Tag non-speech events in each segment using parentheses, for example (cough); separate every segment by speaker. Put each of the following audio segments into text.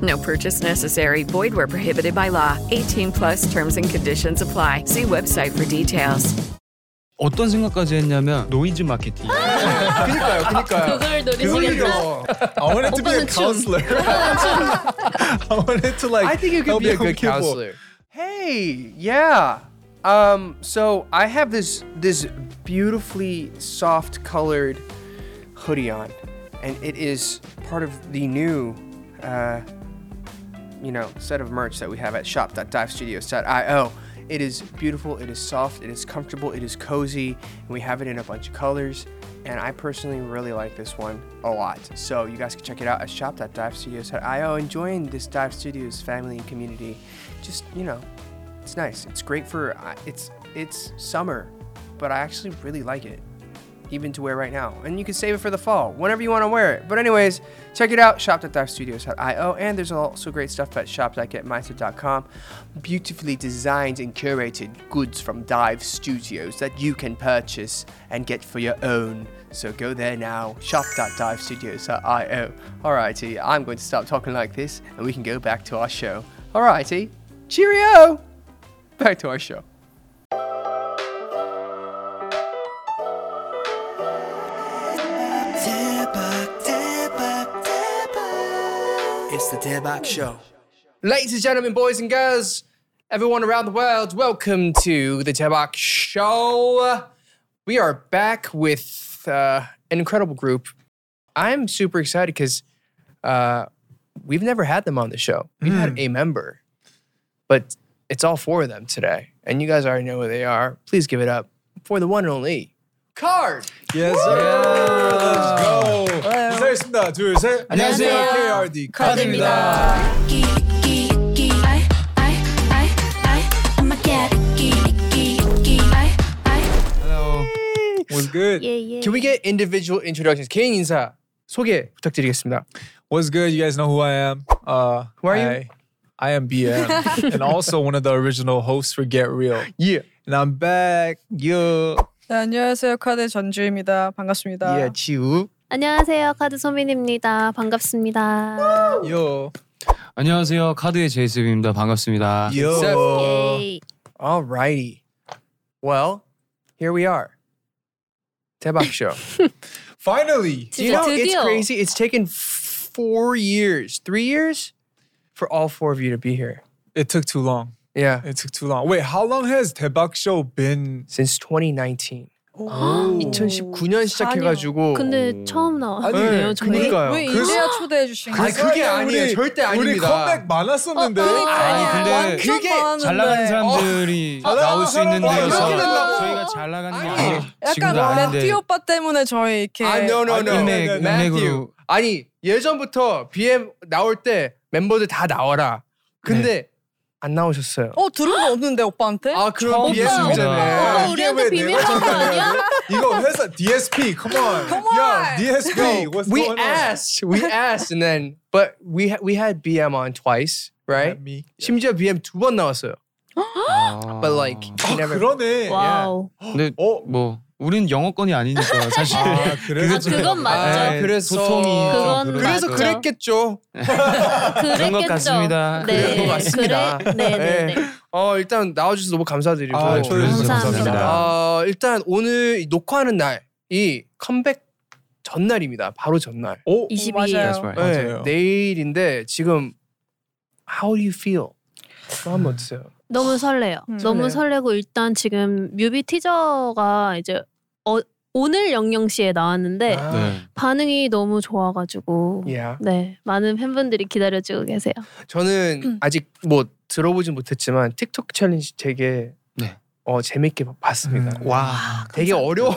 Speaker 1: No purchase necessary. Void where prohibited by law. 18 plus terms and conditions apply. See website for details. (gasps)
Speaker 2: 어떤 생각까지 했냐면 노이즈 마케팅.
Speaker 3: 아,
Speaker 4: 그니까요, 그니까요.
Speaker 5: 그걸 노리시겠다.
Speaker 4: 그걸요. I wanted to be a
Speaker 5: (laughs) 오빠는 춤.
Speaker 4: counselor. (laughs) I wanted to like.
Speaker 3: I think you
Speaker 4: help
Speaker 3: could be a
Speaker 4: young
Speaker 3: good
Speaker 4: people.
Speaker 3: counselor. Hey, yeah. Um, so I have this this beautifully soft colored hoodie on, and it is part of the new, uh, you know, set of merch that we have at shop.divestudios.io. It is beautiful. It is soft. It is comfortable. It is cozy, and we have it in a bunch of colors. And I personally really like this one a lot. So you guys can check it out at shop.divestudios.io and join this Dive Studios family and community. Just you know, it's nice. It's great for I- it's it's summer, but I actually really like it, even to wear right now. And you can save it for the fall, whenever you want to wear it. But anyways, check it out shop.divestudios.io, and there's also great stuff at shop.getmeister.com. Beautifully designed and curated goods from Dive Studios that you can purchase and get for your own. So go there now, shop.divestudios.io. Alrighty, I'm going to stop talking like this, and we can go back to our show. Alrighty, cheerio! Back to our show.
Speaker 4: It's the Debak Show.
Speaker 3: Ladies and gentlemen, boys and girls, everyone around the world, welcome to the Tabak Show. We are back with uh, an incredible group. I'm super excited because uh, we've never had them on the show. We've had a member, but it's all four of them today. And you guys already know who they are. Please give it up for the one and only Card.
Speaker 4: Yes, sir. Let's go. 인사했습니다. 둘, 셋.
Speaker 3: 안녕하세요.
Speaker 4: KRD 카드입니다.
Speaker 2: Hello.
Speaker 4: What's good?
Speaker 5: 예예.
Speaker 3: Can we get individual introductions? 개인 인사 소개 부탁드리겠습니다.
Speaker 4: What's good? You guys know who I am. Uh,
Speaker 3: Who are you?
Speaker 4: I, I am
Speaker 3: (laughs)
Speaker 4: BM, and also one of the original hosts for Get Real.
Speaker 3: Yeah.
Speaker 4: And I'm back. Yo.
Speaker 6: 네, 안녕하세요. 카드 전주입니다. 반갑습니다.
Speaker 3: Yeah, 예, 지우.
Speaker 5: 안녕하세요. 카드 소민입니다. 반갑습니다.
Speaker 4: Yo.
Speaker 2: 안녕하세요. 카드의 제이스입니다. 반갑습니다.
Speaker 4: Yo.
Speaker 5: 예이.
Speaker 3: Alrighty. Well, here we are. Tebak show.
Speaker 4: Finally.
Speaker 3: Do you know
Speaker 5: 진짜
Speaker 3: it's
Speaker 5: 드디어.
Speaker 3: crazy? It's taken four years, three years, for all four of you to be here.
Speaker 4: It took too long.
Speaker 3: Yeah,
Speaker 4: It took too long. Wait, how long has Debak Show been?
Speaker 3: since 2019.
Speaker 5: 오.
Speaker 3: 2019년 시작해가지고.
Speaker 5: 근데 처음 나와.
Speaker 4: 아니,
Speaker 3: 네,
Speaker 5: 정말?
Speaker 3: 그니까요.
Speaker 6: 왜
Speaker 4: 그-
Speaker 6: 이제야 초대해 주신
Speaker 3: 아니,
Speaker 6: 거예요?
Speaker 3: 그게 아니에요. 절대
Speaker 4: 우리
Speaker 3: 아닙니다.
Speaker 4: 컴백 많았었는데.
Speaker 6: 어, 그러니까요.
Speaker 2: 아니, 근데
Speaker 6: 완전
Speaker 3: 그게
Speaker 6: 많았는데.
Speaker 2: 잘 나가는 사람들이
Speaker 4: 어.
Speaker 2: 나올 수 있는
Speaker 4: 어,
Speaker 2: 데여서
Speaker 3: 이렇게 된다고?
Speaker 2: 저희가 잘 나가는 게
Speaker 3: 아니,
Speaker 2: 아니라
Speaker 6: 약간
Speaker 2: 지금도 아닌데
Speaker 6: 매튜 오빠 때문에 저희 이렇게
Speaker 3: 아, no, no, no.
Speaker 2: 인맥,
Speaker 3: Matthew.
Speaker 2: 인맥으로.
Speaker 3: 아니, 예전부터 BM 나올 때 멤버들 다 나와라. 근데
Speaker 4: 네.
Speaker 3: 안 나오셨어요.
Speaker 6: 어 들은 거 없는데 오빠한테? 어,
Speaker 3: 아, 그럼 네.
Speaker 5: 오빠
Speaker 3: BM이잖아요.
Speaker 5: 우리한테 비밀한 거
Speaker 6: (laughs)
Speaker 5: 아니야?
Speaker 4: 이거 회사 DSP, come on. Come on. Yo, DSP, what's
Speaker 3: we
Speaker 4: going (laughs)
Speaker 3: asked, we asked, and then but we ha- we had BM on twice,
Speaker 4: on?
Speaker 3: right?
Speaker 4: me.
Speaker 3: 심지어 BM 두 번 나왔어요.
Speaker 2: 아.
Speaker 3: But like, he
Speaker 4: 아,
Speaker 3: never.
Speaker 4: 그러네.
Speaker 5: 와우.
Speaker 2: 근데
Speaker 4: 어?
Speaker 2: 뭐 우린 영어권이 아니니까 사실
Speaker 4: 아,
Speaker 5: 아,
Speaker 4: 그래서
Speaker 5: 그건 맞죠.
Speaker 3: 아, 그래서
Speaker 2: 네, 소통이
Speaker 5: 그건
Speaker 3: 그래서
Speaker 5: 맞죠. (laughs)
Speaker 3: 그랬겠죠.
Speaker 5: 그랬겠죠.
Speaker 2: 것 같습니다.
Speaker 5: 네.
Speaker 3: 그런 것 같습니다.
Speaker 5: 그래. 네네네.
Speaker 3: 어 일단 나와주셔서 너무 감사드리고.
Speaker 4: 아,
Speaker 2: 아,
Speaker 4: 저희
Speaker 2: 불러주셔서
Speaker 5: 감사합니다.
Speaker 3: 어, 일단 오늘 이 녹화하는 날이 컴백 전날입니다. 바로 전날.
Speaker 4: 오,
Speaker 5: 22일.
Speaker 6: 맞아요.
Speaker 2: That's right.
Speaker 3: 네,
Speaker 4: 맞아요.
Speaker 3: 내일인데 지금 how do you feel? 마음 어떠세요?
Speaker 5: 너무 설레요.
Speaker 6: 음,
Speaker 5: 너무
Speaker 3: 설레요.
Speaker 5: 설레고 일단 지금 뮤비 티저가 이제 어, 오늘 00시에 나왔는데
Speaker 3: 아, 예.
Speaker 2: 네.
Speaker 5: 반응이 너무 좋아가지고
Speaker 3: Yeah.
Speaker 5: 네 많은 팬분들이 기다려주고 계세요. 음.
Speaker 3: 저는 아직 뭐 들어보진 못했지만 틱톡 챌린지 되게
Speaker 2: 네.
Speaker 3: 어 재밌게 봤습니다.
Speaker 4: 음.
Speaker 2: 와
Speaker 3: 되게 어려워.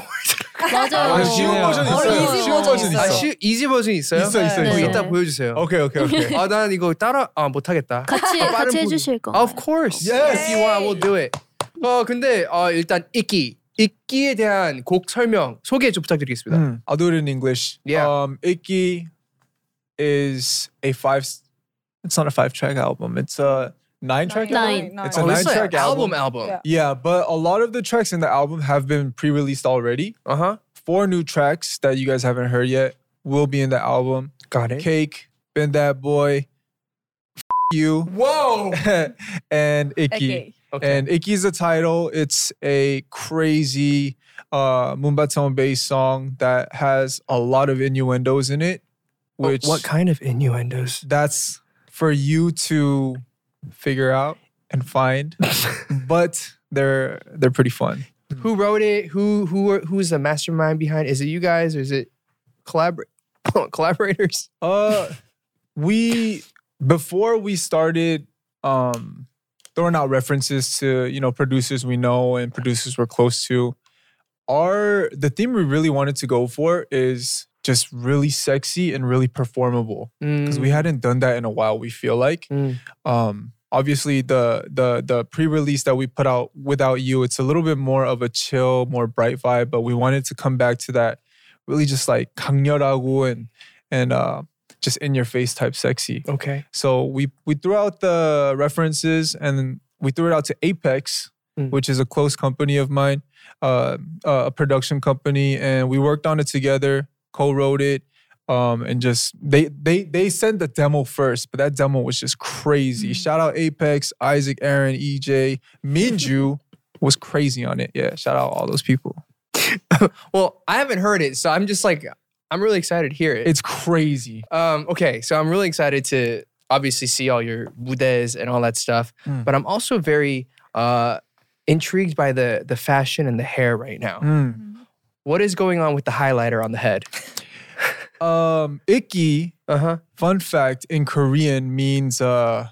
Speaker 5: 아, 맞아요.
Speaker 2: 아,
Speaker 4: 쉬운
Speaker 2: 어,
Speaker 4: 버전 있어요.
Speaker 6: 이지
Speaker 4: 쉬운 버전
Speaker 6: 버전이
Speaker 4: 있어.
Speaker 3: 아, 시, 이지 버전 있어요?
Speaker 4: 있어, 있어,
Speaker 6: 네.
Speaker 3: 어,
Speaker 4: 있어.
Speaker 5: 네.
Speaker 3: 이따 보여주세요.
Speaker 4: 오케이, 오케이, 오케이.
Speaker 3: (laughs) 아, 나는 이거 따라 아 못하겠다.
Speaker 5: 같이
Speaker 3: 아, 빠른
Speaker 5: 같이
Speaker 3: 부분.
Speaker 5: 해주실 거.
Speaker 3: Of course.
Speaker 4: Yes.
Speaker 3: If you want, I will do it. 어 근데 어 일단 이끼 이끼에 대한 곡 설명 소개 좀 부탁드리겠습니다.
Speaker 4: 음. I'll do it in English.
Speaker 3: Yeah.
Speaker 4: Um, Icky is a five. It's not a five-track album. It's a nine-track.
Speaker 5: Nine.
Speaker 4: album? It's a
Speaker 3: Oh, this is
Speaker 4: nine-track
Speaker 3: an album
Speaker 4: album.
Speaker 3: album.
Speaker 6: Yeah.
Speaker 4: Yeah, but a lot of the tracks in the album have been pre-released already.
Speaker 3: Uh huh.
Speaker 4: Four new tracks that you guys haven't heard yet will be in the album.
Speaker 3: Got it.
Speaker 4: Cake, Been That Boy, F- You,
Speaker 3: Whoa.
Speaker 4: (laughs) and Icky.
Speaker 6: Okay.
Speaker 3: Okay.
Speaker 4: And Icky is the title. It's a crazy uh, Mumbaton based song that has a lot of innuendos in it,
Speaker 3: Oh,
Speaker 4: which
Speaker 3: what kind of innuendos?
Speaker 4: that's for you to figure out and
Speaker 3: (laughs)
Speaker 4: find. but they're they're pretty fun.
Speaker 3: Who wrote it? Who who are, who is the mastermind behind? Is it you guys or is it collabor- (laughs) collaborators?
Speaker 4: Uh, we before we started um, throwing out references to you know producers we know and producers we're close to. Our the theme we really wanted to go for is just really sexy and really performable because we hadn't done that in a while. We feel like
Speaker 3: Mm.
Speaker 4: um, obviously the the the pre-release that we put out without you, it's a little bit more of a chill, more bright vibe. But we wanted to come back to that really just like 강렬하고 and and uh, just in your face type sexy.
Speaker 3: okay.
Speaker 4: So we we threw out the references and we threw it out to Apex,
Speaker 3: Mm.
Speaker 4: which is a close company of mine, uh, uh, a production company, and we worked on it together, co-wrote it, um, and just they they they sent the demo first, but that demo was just crazy. Shout out Apex, Isaac, Aaron, E EJ, Minju was crazy on it. Yeah, shout out all those people.
Speaker 3: Well, I haven't heard it, so I'm just like I'm really excited to hear it.
Speaker 4: It's crazy.
Speaker 3: Um, okay, so I'm really excited to obviously see all your budes and all that stuff,
Speaker 4: Mm.
Speaker 3: but I'm also very uh, intrigued by the the fashion and the hair right now.
Speaker 4: Mm.
Speaker 3: What is going on with the highlighter on the head?
Speaker 4: Um, Icky
Speaker 3: Uh huh.
Speaker 4: Fun fact in Korean means uh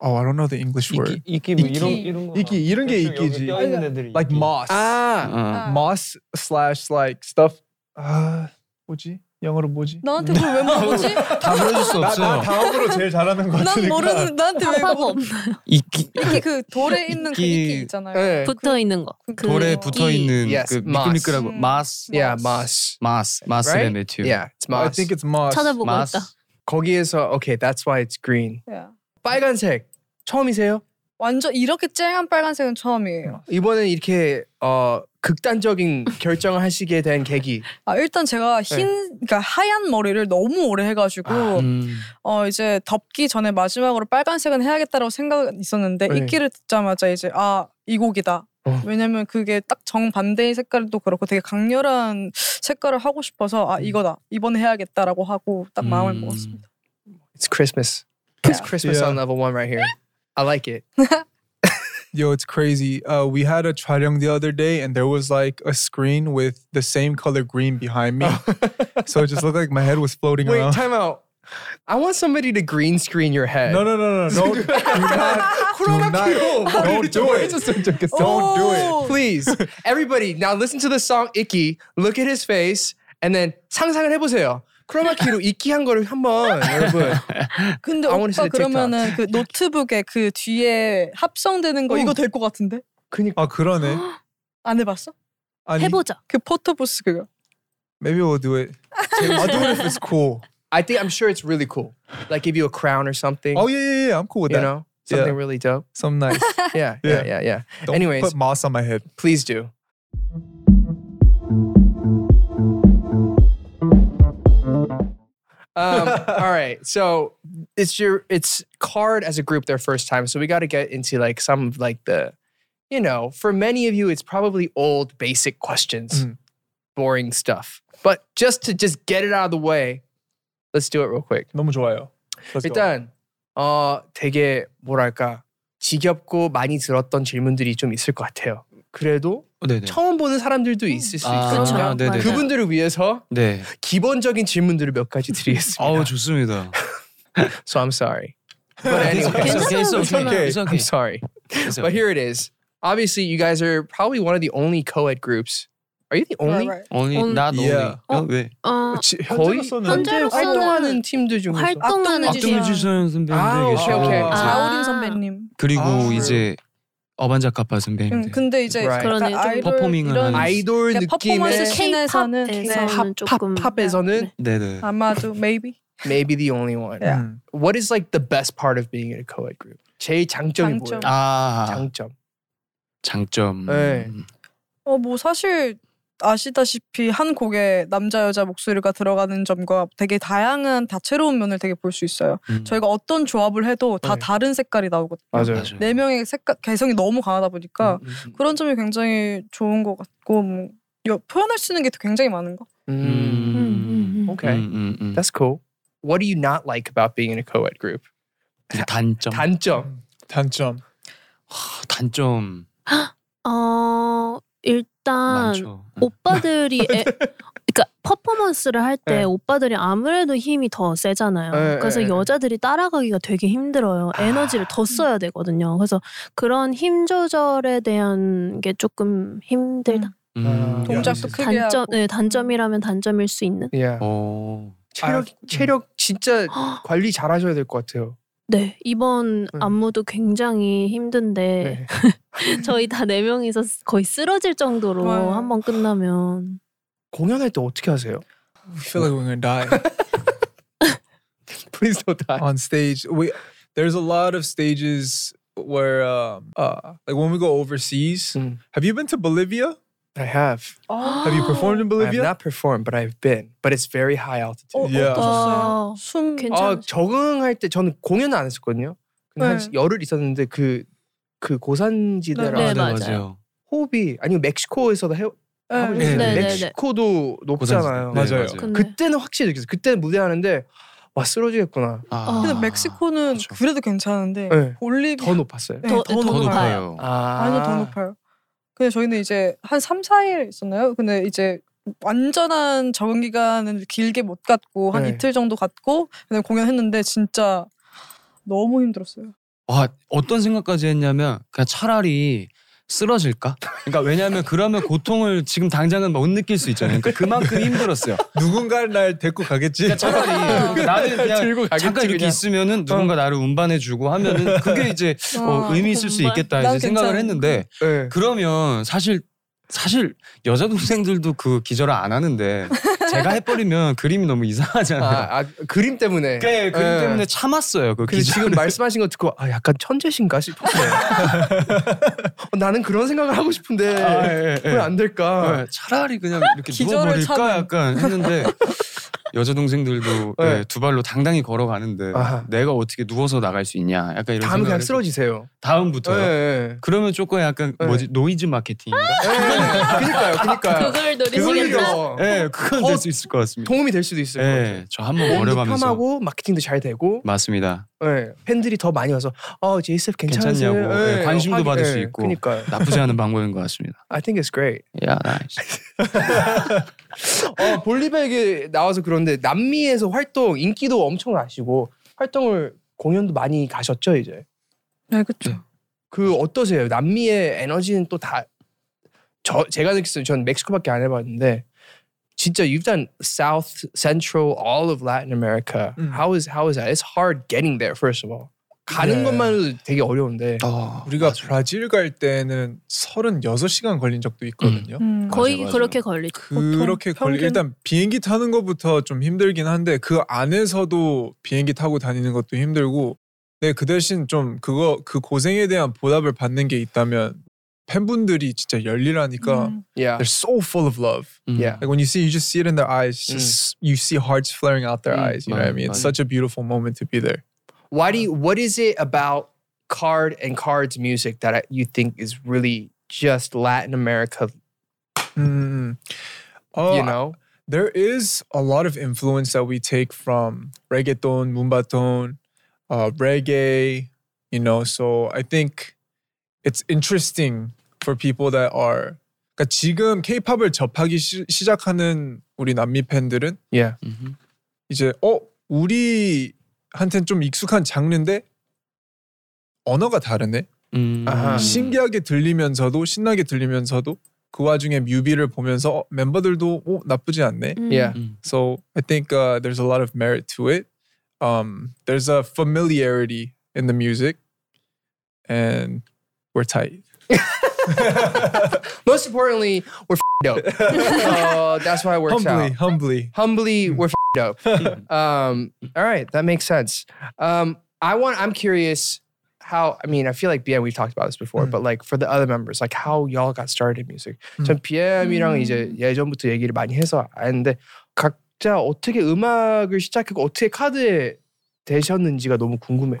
Speaker 4: oh I don't know the English word.
Speaker 2: 이끼
Speaker 4: 뭐
Speaker 2: 이런
Speaker 6: 이끼.
Speaker 2: 이런 거.
Speaker 4: 이끼 이런 게 이끼지. Like
Speaker 2: Mm-hmm.
Speaker 4: moss.
Speaker 3: 아,
Speaker 2: 아.
Speaker 4: Moss slash like stuff. 아 뭐지? 영어로 뭐지?
Speaker 6: 나한테 그걸
Speaker 2: (laughs)
Speaker 6: 왜 물어보지?
Speaker 2: 다 물어줄 수 없어.
Speaker 4: 다음으로 제일 잘하는 것
Speaker 6: 난
Speaker 3: 그러니까.
Speaker 6: 모르는 나한테 왜
Speaker 5: 화법
Speaker 6: 물어보?
Speaker 5: 없나?
Speaker 6: (laughs)
Speaker 2: 이끼.
Speaker 6: 이렇게 그 돌에 있는 그
Speaker 2: 이끼.
Speaker 6: 이끼 있잖아요.
Speaker 3: 예.
Speaker 5: 붙어 있는 거. 그
Speaker 2: 돌에
Speaker 5: 이끼.
Speaker 2: 붙어 있는
Speaker 3: Yes,
Speaker 2: 그
Speaker 3: moss.
Speaker 2: 미끌미끌하고
Speaker 6: 음.
Speaker 2: 마스
Speaker 3: yeah, moss.
Speaker 2: 마스 마스래
Speaker 3: Right?
Speaker 2: 매튜.
Speaker 3: Yeah, it's moss.
Speaker 4: I think it's moss.
Speaker 5: 찾아보고
Speaker 2: 마스.
Speaker 5: 있다.
Speaker 3: 거기에서 okay, that's why it's green.
Speaker 6: Yeah.
Speaker 3: 빨간색 처음이세요?
Speaker 6: 네. 완전 이렇게 쨍한 빨간색은 처음이에요.
Speaker 3: 이번엔 이렇게 어
Speaker 6: (laughs)
Speaker 3: 극단적인 결정을 하시게 된 계기.
Speaker 6: 아 일단 제가
Speaker 3: 네.
Speaker 6: 흰, 그러니까 하얀 머리를 너무 오래 해가지고
Speaker 3: 아,
Speaker 2: 음.
Speaker 6: 어 이제 덮기 전에 마지막으로 빨간색은 해야겠다라고 생각은 있었는데
Speaker 3: 네.
Speaker 6: 이끼를 듣자마자 이제 아 이 곡이다.
Speaker 3: 어.
Speaker 6: 왜냐면 그게 딱 정반대의 색깔도 그렇고 되게 강렬한 색깔을 하고 싶어서
Speaker 3: 음.
Speaker 6: 아 이거다 이번에 해야겠다라고 하고 딱 마음을
Speaker 2: 음.
Speaker 6: 먹었습니다.
Speaker 3: It's Christmas. It's Christmas
Speaker 4: Yeah.
Speaker 3: on level one right here. I like it.
Speaker 4: (laughs) Yo, it's crazy. Uh, we had a 촬영 the other day, and there was like a screen with the same color green behind
Speaker 3: (laughs)
Speaker 4: me, so it just looked like my head was floating
Speaker 3: Wait,
Speaker 4: around.
Speaker 3: time out. I want somebody to green screen your head.
Speaker 4: no, no, no, no, no. do not, do not, don't do it. Don't do it.
Speaker 3: Please. Everybody, now listen to the song Icky. Look at his face and then 상상을 해 보세요. 크로마키로 이끼한 거를 한번 여러분.
Speaker 6: (laughs) 근데
Speaker 3: I wanna see the TikTok.
Speaker 6: 오빠
Speaker 3: (laughs)
Speaker 6: 그러면은 그 노트북에 그 뒤에 합성되는
Speaker 3: 어.
Speaker 6: 거 이거 될 것 같은데
Speaker 3: 그니까
Speaker 4: 아 그러네.
Speaker 6: 안 해봤어?
Speaker 4: 아니,
Speaker 5: 해보자.
Speaker 6: 그 포토부스 그거.
Speaker 4: Maybe we'll do it. I'll do it if it's cool.
Speaker 3: I think I'm sure it's really cool. Like give you a crown or something,
Speaker 4: Oh yeah, yeah, yeah. I'm cool with
Speaker 3: you
Speaker 4: that.
Speaker 3: know? Something
Speaker 4: Yeah.
Speaker 3: really dope.
Speaker 4: Some nice.
Speaker 3: Yeah, yeah, yeah,
Speaker 4: Yeah.
Speaker 3: yeah.
Speaker 4: Don't
Speaker 3: Anyways.
Speaker 4: put moss on my head.
Speaker 3: Please do.
Speaker 4: (laughs)
Speaker 3: Um, all right, so it's your it's card as a group their first time, so we got to get into like some of like the, you know, for many of you it's probably old basic questions,
Speaker 4: Mm.
Speaker 3: boring stuff, but just to just get it out of the way, let's do it real quick.
Speaker 4: 너무 좋아요. Let's go.
Speaker 3: 일단 어 되게 뭐랄까 지겹고 많이 들었던 질문들이 좀 있을 것 같아요. 그래도
Speaker 2: 어, 네네.
Speaker 3: 처음 보는 사람들도 있을 수
Speaker 2: 아,
Speaker 3: 있거든요.
Speaker 2: 그쵸. 네네네.
Speaker 3: 그분들을 위해서
Speaker 2: 네.
Speaker 3: 기본적인 질문들을 몇 가지
Speaker 5: (laughs)
Speaker 3: 드리겠습니다.
Speaker 2: 아우 좋습니다.
Speaker 3: So I'm sorry. But anyway,
Speaker 5: 괜찮아요, 괜찮아요.
Speaker 2: It's
Speaker 3: I'm
Speaker 2: okay.
Speaker 3: sorry.
Speaker 2: It's
Speaker 3: But
Speaker 2: okay.
Speaker 3: here it is. Obviously, you guys are probably one of the only co-ed groups. Are you the only?
Speaker 6: Right, right.
Speaker 2: Only
Speaker 5: On-
Speaker 2: not only.
Speaker 4: Yeah.
Speaker 2: 어? 왜?
Speaker 5: 어
Speaker 4: 지-
Speaker 3: 아, 거의
Speaker 4: 현재로서는-
Speaker 5: 현재로서는-
Speaker 3: 활동하는 팀들 중에서
Speaker 5: 활동하는
Speaker 2: 악동
Speaker 5: 주신
Speaker 2: 뮤지션 선배님들
Speaker 3: 아, 오케이,
Speaker 2: 계시고
Speaker 3: 오케이.
Speaker 2: 이제
Speaker 6: 자우림
Speaker 5: 아.
Speaker 6: 선배님.
Speaker 2: 그리고
Speaker 4: 아,
Speaker 2: 이제
Speaker 7: 어반자카파 선배님들.
Speaker 6: 음, 근데 이제
Speaker 3: Right.
Speaker 5: 그러네,
Speaker 6: 약간
Speaker 5: 좀
Speaker 6: 아이돌
Speaker 7: 퍼포밍을
Speaker 6: 이런
Speaker 7: 하는
Speaker 3: 아이돌
Speaker 6: 그냥 퍼포먼스
Speaker 3: 느낌의
Speaker 6: 씬에서는 네.
Speaker 5: 팝에서는 조금
Speaker 3: 팝, 팝에서는
Speaker 5: 네.
Speaker 7: 네네.
Speaker 6: 아마도 maybe
Speaker 3: maybe the only one.
Speaker 6: Yeah.
Speaker 4: 음.
Speaker 3: What is like the best part of being in a co-ed group? 제일 장점이
Speaker 6: 장점.
Speaker 3: 뭐예요?
Speaker 7: 아
Speaker 3: 장점.
Speaker 7: 장점.
Speaker 3: 네.
Speaker 7: 음,
Speaker 6: 어 뭐 사실 아시다시피 한 곡에 남자 여자 목소리가 들어가는 점과 되게 다양한 다채로운 면을 되게 볼 수 있어요.
Speaker 7: 음.
Speaker 6: 저희가 어떤 조합을 해도 다
Speaker 3: 네.
Speaker 6: 다른 색깔이 나오거든요.
Speaker 3: 맞아요.
Speaker 7: 맞아요.
Speaker 6: 네 명의 색깔 개성이 너무 강하다 보니까
Speaker 3: 음, 음,
Speaker 6: 그런 점이 굉장히 좋은 것 같고 뭐 여- 표현할 수 있는 게 굉장히 많은 거.
Speaker 3: 음.
Speaker 5: 음, 음, 음.
Speaker 3: Okay.
Speaker 7: 음, 음, 음.
Speaker 3: That's cool. What do you not like about being in a co-ed group?
Speaker 7: 이제 그 단점.
Speaker 3: 단점.
Speaker 4: 단점.
Speaker 7: 단점
Speaker 5: 어 일단
Speaker 7: 많죠. 음.
Speaker 3: (laughs)
Speaker 5: 오빠들이 애, 그러니까 퍼포먼스를 할 때
Speaker 3: 네.
Speaker 5: 오빠들이 아무래도 힘이 더 세잖아요.
Speaker 3: 네,
Speaker 5: 그래서
Speaker 3: 네, 네.
Speaker 5: 여자들이 따라가기가 되게 힘들어요.
Speaker 3: 아.
Speaker 5: 에너지를 더 써야 되거든요. 그래서 그런 힘 조절에 대한 게 조금 힘들다. 아,
Speaker 7: 음.
Speaker 6: 동작도 크게
Speaker 5: 단점,
Speaker 6: 하고.
Speaker 5: 네, 단점이라면 단점일 수 있는.
Speaker 3: Yeah.
Speaker 7: 오.
Speaker 3: 체력 체력
Speaker 6: (gasps)
Speaker 3: 진짜 관리 잘하셔야 될 것 같아요.
Speaker 5: 네 이번
Speaker 3: 네.
Speaker 5: 안무도 굉장히
Speaker 3: 네.
Speaker 5: 힘든데 (laughs) 저희 다 네 명이서 거의 쓰러질 정도로
Speaker 6: 아유.
Speaker 5: 한 번 끝나면
Speaker 3: 공연할 때 어떻게 하세요?
Speaker 4: We feel like we're gonna die
Speaker 3: (laughs) Please don't die.
Speaker 4: on stage. We there's a lot of stages where um, uh, like when we go overseas.
Speaker 3: Mm.
Speaker 4: Have you been to Bolivia?
Speaker 3: I
Speaker 6: (gasps)
Speaker 3: have.
Speaker 4: Have you performed in
Speaker 3: I have
Speaker 4: Bolivia?
Speaker 3: not performed, but I've been. But it's very high altitude.
Speaker 6: 어,
Speaker 4: Yeah.
Speaker 6: 어떠셨어요?
Speaker 5: 아,
Speaker 6: 숨
Speaker 3: 아
Speaker 5: 괜찮아요.
Speaker 3: 적응할 때 저는 공연 안 했었거든요. 근데
Speaker 6: 네.
Speaker 3: 한 열흘 있었는데 그 그 고산지대라
Speaker 5: 네,
Speaker 7: 아, 네,
Speaker 5: 맞아요.
Speaker 7: 맞아요.
Speaker 3: 호흡이 아니면 멕시코에서도 해
Speaker 6: 네.
Speaker 3: 하고
Speaker 7: 네,
Speaker 3: 있는데
Speaker 7: 네, 네.
Speaker 3: 멕시코도 높잖아요.
Speaker 7: 고산지-
Speaker 4: 맞아요.
Speaker 5: 근데
Speaker 3: 그때는 확실히 느꼈어요. 그때는 무대 하는데 와 쓰러지겠구나.
Speaker 7: 아.
Speaker 6: 근데 멕시코는
Speaker 7: 그렇죠.
Speaker 6: 그래도 괜찮은데
Speaker 3: 네.
Speaker 6: 올리비아
Speaker 3: 더 높았어요.
Speaker 6: 네,
Speaker 5: 더-
Speaker 6: 더
Speaker 7: 더
Speaker 5: 더
Speaker 6: 높아요.
Speaker 7: 높아요.
Speaker 3: 아,
Speaker 6: 아니요 더 높아요. 근데 저희는 이제 한 3, 4일 있었나요? 근데 이제 완전한 적응 기간은 길게 못 갔고 한
Speaker 3: 네.
Speaker 6: 이틀 정도 갔고 그다음에 공연했는데 진짜 너무 힘들었어요.
Speaker 7: 와 아, 어떤 생각까지 했냐면 그냥 차라리 쓰러질까? 그러니까 왜냐하면 그러면 고통을 지금 당장은 못 느낄 수 있잖아요. 그러니까 그만큼 힘들었어요.
Speaker 4: 누군가 날 데리고 가겠지.
Speaker 7: 차라리 그러니까 나는 그냥
Speaker 3: 들고 가겠지
Speaker 7: 잠깐 이렇게
Speaker 3: 그냥. 어.
Speaker 7: 있으면은 누군가 나를 운반해주고 하면은 그게 이제 어, 의미 있을 수
Speaker 5: 운반.
Speaker 7: 있겠다
Speaker 6: 난
Speaker 7: 이제 생각을
Speaker 6: 괜찮은데.
Speaker 7: 했는데
Speaker 3: 네.
Speaker 7: 그러면 사실 사실 여자 동생들도 그 기절을 안 하는데 제가 해버리면 그림이 너무 이상하잖아요.
Speaker 3: 아, 아, 그림 때문에.
Speaker 7: 그 그림
Speaker 3: 네.
Speaker 7: 때문에 참았어요. 그
Speaker 3: 근데
Speaker 7: 기절.
Speaker 3: 지금 말씀하신 거 듣고 아 약간 천재신가 싶었어요. 어, 나는 그런 생각을 하고 싶은데
Speaker 7: 아, 예, 예.
Speaker 3: 왜 안 될까?
Speaker 7: 네, 차라리 그냥 이렇게
Speaker 6: 기절을
Speaker 7: 누워버릴까
Speaker 6: 참은.
Speaker 7: 약간
Speaker 3: (laughs)
Speaker 7: 했는데 여자 동생들도
Speaker 3: 네.
Speaker 7: 예, 두 발로 당당히 걸어가는데
Speaker 3: 아하.
Speaker 7: 내가 어떻게 누워서 나갈 수 있냐 약간 이런
Speaker 3: 다음
Speaker 7: 생각을
Speaker 3: 그냥
Speaker 7: 했고.
Speaker 3: 쓰러지세요.
Speaker 7: 다음부터요.
Speaker 3: 예, 예.
Speaker 7: 그러면 조금 약간
Speaker 3: 네.
Speaker 7: 뭐지 노이즈 마케팅인가?
Speaker 3: 예, 그니까요, 그니까요.
Speaker 5: 그걸
Speaker 3: 그걸로
Speaker 5: 노리시겠다.
Speaker 7: 네, 그건
Speaker 3: 어,
Speaker 7: 될 수 있을 것 같습니다.
Speaker 3: 도움이 될 수도 있을 것 같아요.
Speaker 7: 네, 저 한번 어려가면서
Speaker 3: 하고 마케팅도 잘 되고
Speaker 7: 맞습니다.
Speaker 3: 예, 팬들이 더 많이 와서 어 제이셉 괜찮으세요?
Speaker 7: 괜찮냐고, 예, 관심도
Speaker 3: 확인-
Speaker 7: 받을 수
Speaker 3: 예,
Speaker 7: 있고.
Speaker 3: 그니까요.
Speaker 7: 나쁘지 않은 방법인 것 같습니다.
Speaker 3: I think it's great.
Speaker 7: 야, 나이스.
Speaker 3: (laughs) 어, 볼리비아 얘기 나와서 그런데 남미에서 활동 인기도 엄청 나시고 활동을 공연도 많이 가셨죠 이제.
Speaker 6: 네, 그렇죠.
Speaker 3: 그 어떠세요? 남미의 에너지는 또 다 저 제가 느꼈어요. 전 멕시코밖에 안 해봤는데 진짜 you've done South, Central, all of Latin America.
Speaker 4: 음.
Speaker 3: How is how is that? It's hard getting there first of all. 가는
Speaker 4: 네.
Speaker 3: 것만으로도 되게 어려운데.
Speaker 7: 어,
Speaker 4: 우리가 브라질 갈 때는 36시간 걸린 적도 있거든요.
Speaker 6: 음.
Speaker 5: 거의
Speaker 7: 맞아, 맞아.
Speaker 5: 그렇게 걸리죠.
Speaker 4: 그렇게 걸리
Speaker 6: 평균-
Speaker 4: 일단 비행기 타는 것부터 좀 힘들긴 한데 그 안에서도 비행기 타고 다니는 것도 힘들고 근데 그 대신 좀 그거 그 고생에 대한 보답을 받는 게 있다면 팬분들이 진짜 열일하니까
Speaker 6: 음.
Speaker 3: Yeah.
Speaker 4: they're so full of love.
Speaker 7: 음.
Speaker 3: Yeah.
Speaker 4: Like when you see you just see it in their eyes. It's Just, You see hearts flaring out their
Speaker 3: 음,
Speaker 4: eyes. You know what I mean? It's
Speaker 7: 맞아.
Speaker 4: such a beautiful moment to be there.
Speaker 3: Why do you, what is it about Card and Card's music that I, you think is really just Latin America?
Speaker 4: 음. 어,
Speaker 3: you know,
Speaker 4: there is a lot of influence that we take from reggaeton, mumbaton, uh, reggae, you know. So I think it's interesting for people that are 그러니까 지금 K-팝을 접하기 시, 시작하는 우리 남미 팬들은
Speaker 3: yeah,
Speaker 7: 음.
Speaker 4: 이제 어 우리한텐 좀 익숙한 장르인데 언어가 다르네. Mm-hmm.
Speaker 7: 음.
Speaker 3: 아하.
Speaker 4: 신기하게 들리면서도 신나게 들리면서도 그 와중에 뮤비를 보면서 어, 멤버들도 어, 나쁘지 않네.
Speaker 5: 음.
Speaker 3: yeah.
Speaker 7: 음.
Speaker 4: So I think uh, there's a lot of merit to it. Um, there's a familiarity in the music, and we're tight.
Speaker 3: Most importantly, we're dope.
Speaker 4: (laughs)
Speaker 3: so that's why it works
Speaker 4: Humbly,
Speaker 3: out.
Speaker 4: humbly.
Speaker 3: Humbly, we're dope.
Speaker 4: (laughs)
Speaker 3: Um, all right, that makes sense. Um, I want. I'm curious how. I mean, I feel like BM. We've talked about this before,
Speaker 4: Mm.
Speaker 3: but like for the other members, like how y'all got started in music. 전 BM이랑 이제
Speaker 4: Mm.
Speaker 3: 예전부터 얘기를 많이 해서 아는데 각자 어떻게 음악을 시작했고 어떻게 카드에 되셨는지가 너무 궁금해요.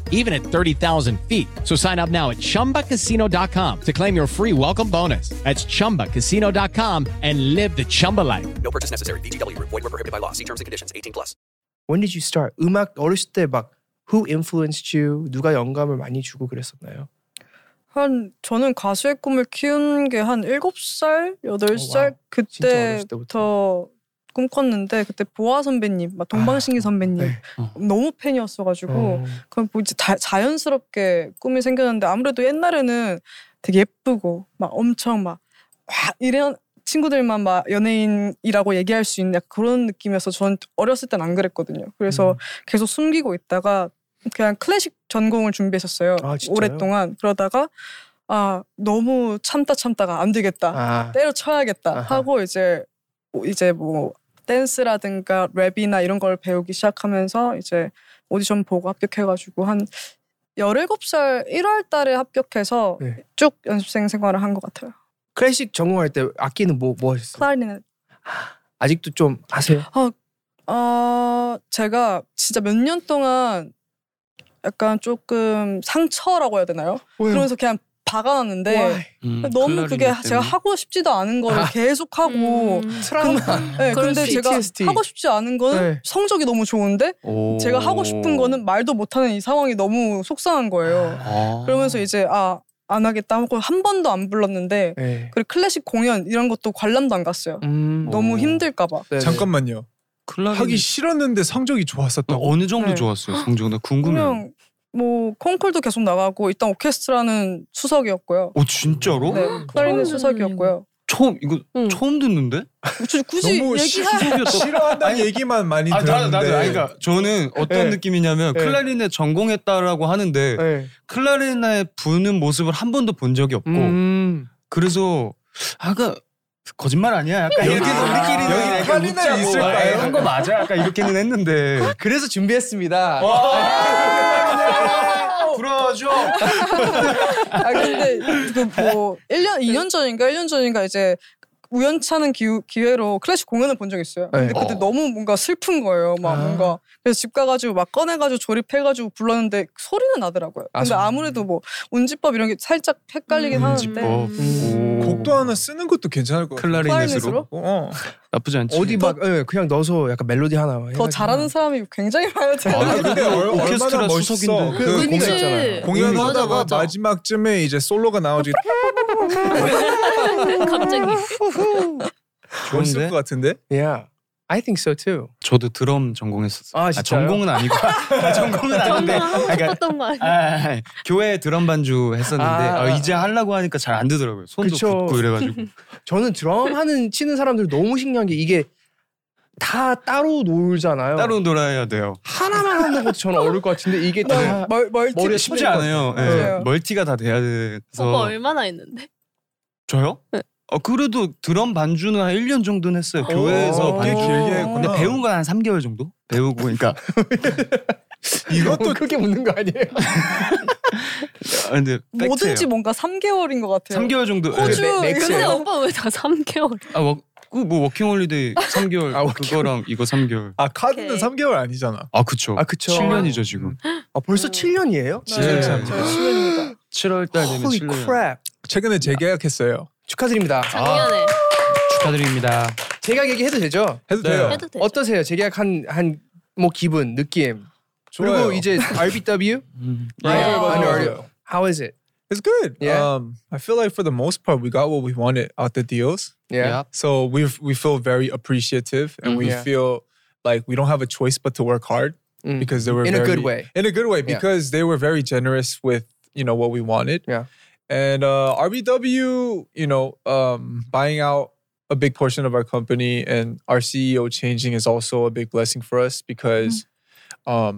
Speaker 8: even at 30,000 feet. So sign up now at chumbacasino.com to claim your free welcome bonus. That's chumbacasino.com and live the Chumba life.
Speaker 3: When did you start? 음악 어렸을 때 막 who influenced you? 누가 영감을 많이 주고 그랬었나요?
Speaker 6: 한 저는 가수의 꿈을 키운 게 한 7살,
Speaker 3: 어, 와우.
Speaker 6: 8살
Speaker 3: 진짜 어렸을
Speaker 6: 그때부터 꿈꿨는데 그때 보아 선배님, 막 동방신기 선배님
Speaker 3: 네.
Speaker 7: 어.
Speaker 6: 너무 팬이었어 가지고
Speaker 3: 어.
Speaker 6: 그럼 뭐 이제 다- 자연스럽게 꿈이 생겼는데 아무래도 옛날에는 되게 예쁘고 막 엄청 막 와, 이런 친구들만 막 연예인이라고 얘기할 수 있는 약간 그런 느낌이어서 전 어렸을 땐 안 그랬거든요.
Speaker 3: 음.
Speaker 6: 그래서 계속 숨기고 있다가 그냥 클래식 전공을 준비했었어요.
Speaker 3: 아, 진짜요?
Speaker 6: 오랫동안 그러다가 아 너무 참다 참다가 안 되겠다.
Speaker 3: 아,
Speaker 6: 때려쳐야겠다
Speaker 3: 아하.
Speaker 6: 하고 이제 이제 뭐 댄스라든가 랩이나 이런 걸 배우기 시작하면서 이제 오디션 보고 합격해가지고 한 17살 1월 달에 합격해서
Speaker 3: 네.
Speaker 6: 쭉 연습생 생활을 한 것 같아요.
Speaker 3: 클래식 전공할 때 악기는 뭐, 뭐 하셨어요?
Speaker 6: 클라리넷.
Speaker 3: 아직도 좀 아세요?
Speaker 6: 아, 제가 진짜 몇 년 동안 약간 조금 상처라고 해야 되나요? 그러면서 그냥 박아놨는데
Speaker 3: Why?
Speaker 7: 음,
Speaker 6: 너무 그게
Speaker 7: 클라리넷
Speaker 6: 제가
Speaker 7: 때문에.
Speaker 6: 하고 싶지도 않은 거를
Speaker 3: 아.
Speaker 6: 계속 하고
Speaker 3: 음, 트라우마.
Speaker 6: 네,
Speaker 5: 그럴
Speaker 6: 근데
Speaker 5: 수
Speaker 6: 제가
Speaker 3: PTSD.
Speaker 6: 하고 싶지 않은 거는
Speaker 3: 네.
Speaker 6: 성적이 너무 좋은데
Speaker 7: 오.
Speaker 6: 제가 하고 싶은 거는 말도 못하는 이 상황이 너무 속상한 거예요.
Speaker 7: 아.
Speaker 6: 그러면서 이제 아 안 하겠다 하고 한 번도 안 불렀는데
Speaker 3: 네.
Speaker 6: 그리고 클래식 공연 이런 것도 관람도 안 갔어요.
Speaker 3: 음,
Speaker 6: 너무
Speaker 7: 오.
Speaker 6: 힘들까 봐.
Speaker 3: 네, 네.
Speaker 4: 잠깐만요.
Speaker 7: 클라리넷
Speaker 4: 하기 싫었는데 성적이
Speaker 7: 어,
Speaker 4: 좋았었다고.
Speaker 7: 어느 정도
Speaker 6: 네.
Speaker 7: 좋았어요 성적? 나 궁금해요.
Speaker 6: 그냥 뭐 콩쿨도 계속 나가고 일단 오케스트라는 수석이었고요.
Speaker 3: 어,
Speaker 7: 오 어, 진짜로?
Speaker 6: 네, 클라리넷
Speaker 5: 듣는
Speaker 6: 수석이었고요.
Speaker 7: 처음 이거
Speaker 5: 응.
Speaker 7: 처음 듣는데?
Speaker 6: 저 굳이
Speaker 4: 너무
Speaker 6: 얘기할 뭐
Speaker 4: 싫어한다는 얘기만
Speaker 7: 아,
Speaker 4: 많이 들었는데. 예.
Speaker 7: 그러니까 저는 어떤
Speaker 3: 네.
Speaker 7: 느낌이냐면
Speaker 3: 네.
Speaker 7: 클라리넷 전공했다라고 하는데
Speaker 4: 예.
Speaker 3: 네.
Speaker 7: 클라리넷 부는 모습을 한 번도 본 적이 없고
Speaker 3: 음.
Speaker 7: 그래서 아까 거짓말 아니야? 약간
Speaker 4: 여기-
Speaker 7: 이렇게 우리끼리
Speaker 4: 여기 클라리넷 있을까요?
Speaker 7: 한거 맞아? 약간 이렇게는 했는데
Speaker 3: 그래서 준비했습니다.
Speaker 7: 부러워줘.
Speaker 4: (laughs)
Speaker 6: 아 근데 그뭐 1년 2년 전인가 1년 전인가 이제 우연찮은 기회로 클래식 공연을 본 적 있어요. 근데
Speaker 3: 네.
Speaker 6: 그때
Speaker 7: 어.
Speaker 6: 너무 뭔가 슬픈 거예요. 막
Speaker 3: 아.
Speaker 6: 뭔가 그래서 집 가가지고 막 꺼내가지고 조립해가지고 불렀는데 소리는 나더라고요.
Speaker 3: 아,
Speaker 6: 근데
Speaker 3: 소리.
Speaker 6: 아무래도 뭐 운지법 이런 게 살짝 헷갈리긴
Speaker 3: 네.
Speaker 6: 하는데
Speaker 7: 음지법.
Speaker 4: 곡도 하나 쓰는 것도 괜찮을 것 같아요.
Speaker 7: 클라리넷으로
Speaker 6: 클라리넷으로?
Speaker 4: 어.
Speaker 7: 나쁘지 않지.
Speaker 3: 어디 막 예, 그냥 넣어서 약간 멜로디 하나
Speaker 6: 더 잘하는 사람이 굉장히 많아야 돼.
Speaker 7: 아, 근데
Speaker 6: (laughs)
Speaker 4: 근데 얼-
Speaker 7: 오케스트라
Speaker 4: 얼마나 멋있어.
Speaker 7: 수석인데.
Speaker 4: 그
Speaker 5: 그치.
Speaker 4: 공연 공연하다가
Speaker 5: 맞아, 맞아.
Speaker 4: 마지막쯤에 이제 솔로가 나오지
Speaker 5: (laughs) 갑자기
Speaker 4: 좋았을
Speaker 7: 좋은데?
Speaker 4: 것 같은데.
Speaker 3: Yeah, I think so too.
Speaker 7: 저도 드럼 전공했었어요.
Speaker 3: 아, 진짜요?
Speaker 7: 전공은
Speaker 3: (laughs)
Speaker 7: 아니고 아, 전공은 아닌데
Speaker 5: 전화 하고
Speaker 3: 그러니까
Speaker 7: 약간
Speaker 5: 싶었던 거 아니야?
Speaker 7: 아, 아, 아, 교회 드럼 반주 했었는데
Speaker 3: 아.
Speaker 7: 아, 이제 하려고 하니까 잘 안 되더라고요. 손도
Speaker 3: 그쵸.
Speaker 7: 붓고 이래가지고
Speaker 3: (laughs) 저는 드럼 하는 치는 사람들 너무 신기한 게 이게 다 따로 놀잖아요.
Speaker 7: 따로 놀아야 돼요.
Speaker 3: 하나만 하는 것도 저는 어려울 것 같은데 이게 다 네.
Speaker 6: 멀, 멀티
Speaker 7: 네. 머리
Speaker 6: 치-
Speaker 7: 쉽지 않아요. 예,
Speaker 6: 맞아요.
Speaker 7: 멀티가 다 돼야
Speaker 5: 오빠
Speaker 7: 돼서
Speaker 5: 얼마나 했는데?
Speaker 7: 저요? 어, 그래도 드럼 반주는 한 1년 정도는 했어요. 교회에서
Speaker 4: 어,
Speaker 7: 반주.
Speaker 4: 꽤 길게
Speaker 7: 근데
Speaker 4: 했구나.
Speaker 7: 배운 건 한 3개월 정도? 배우고 그러니까
Speaker 3: 이것도 크게 묻는 거 아니에요?
Speaker 7: (laughs) 아, 근데
Speaker 6: 뭐든지
Speaker 7: 팩트예요.
Speaker 6: 뭔가 3개월인 것 같아요.
Speaker 7: 3개월 정도. 예.
Speaker 6: 호주
Speaker 3: 네, 네,
Speaker 6: 이런
Speaker 3: 넥스예요.
Speaker 5: 근데
Speaker 6: 거
Speaker 5: 오빠 왜 다 3개월?
Speaker 7: 아, 뭐, 그 뭐 워킹홀리데이 3개월
Speaker 4: 아,
Speaker 7: 그거랑 이거 3개월.
Speaker 4: 아 카드는
Speaker 5: 오케이.
Speaker 4: 3개월 아니잖아.
Speaker 7: 아 그쵸.
Speaker 4: 아, 그쵸.
Speaker 7: 7년이죠 지금.
Speaker 3: 아 벌써
Speaker 5: 음.
Speaker 3: 7년이에요?
Speaker 5: 네.
Speaker 4: 진짜
Speaker 6: 저희
Speaker 4: 감사합니다.
Speaker 6: 7년입니다.
Speaker 7: 7월 달 되면
Speaker 3: Holy
Speaker 7: 7년.
Speaker 3: crap!
Speaker 4: 최근에 재계약했어요.
Speaker 3: 축하드립니다.
Speaker 5: 작년에
Speaker 7: 아, 축하드립니다.
Speaker 3: 제가 얘기해도 되죠?
Speaker 4: 해도
Speaker 7: 네.
Speaker 4: 돼요.
Speaker 5: 해도 되죠.
Speaker 3: 어떠세요? 재계약 한한 뭐 기분, 느낌.
Speaker 4: 좋아요.
Speaker 3: 그리고 이제 RBW.
Speaker 7: 음.
Speaker 4: 맞아요,
Speaker 3: I
Speaker 4: 맞아요,
Speaker 3: know
Speaker 4: 맞아요.
Speaker 3: RBW. 네. How is it?
Speaker 4: It's good.
Speaker 3: Yeah.
Speaker 4: Um, I feel like for the most part, we got what we wanted out the deals.
Speaker 3: Yeah.
Speaker 7: Yep.
Speaker 4: So we we feel very appreciative, and we
Speaker 3: Yeah.
Speaker 4: feel like we don't have a choice but to work hard
Speaker 3: Mm.
Speaker 4: because they were
Speaker 3: In a good
Speaker 4: very-
Speaker 3: way.
Speaker 4: In a good way,
Speaker 3: Yeah. (laughs)
Speaker 4: because they were very generous with you know what we wanted.
Speaker 3: Yeah.
Speaker 4: And uh, RBW, you know, um, buying out a big portion of our company and our CEO changing is also a big blessing for us because
Speaker 3: Mm.
Speaker 4: um,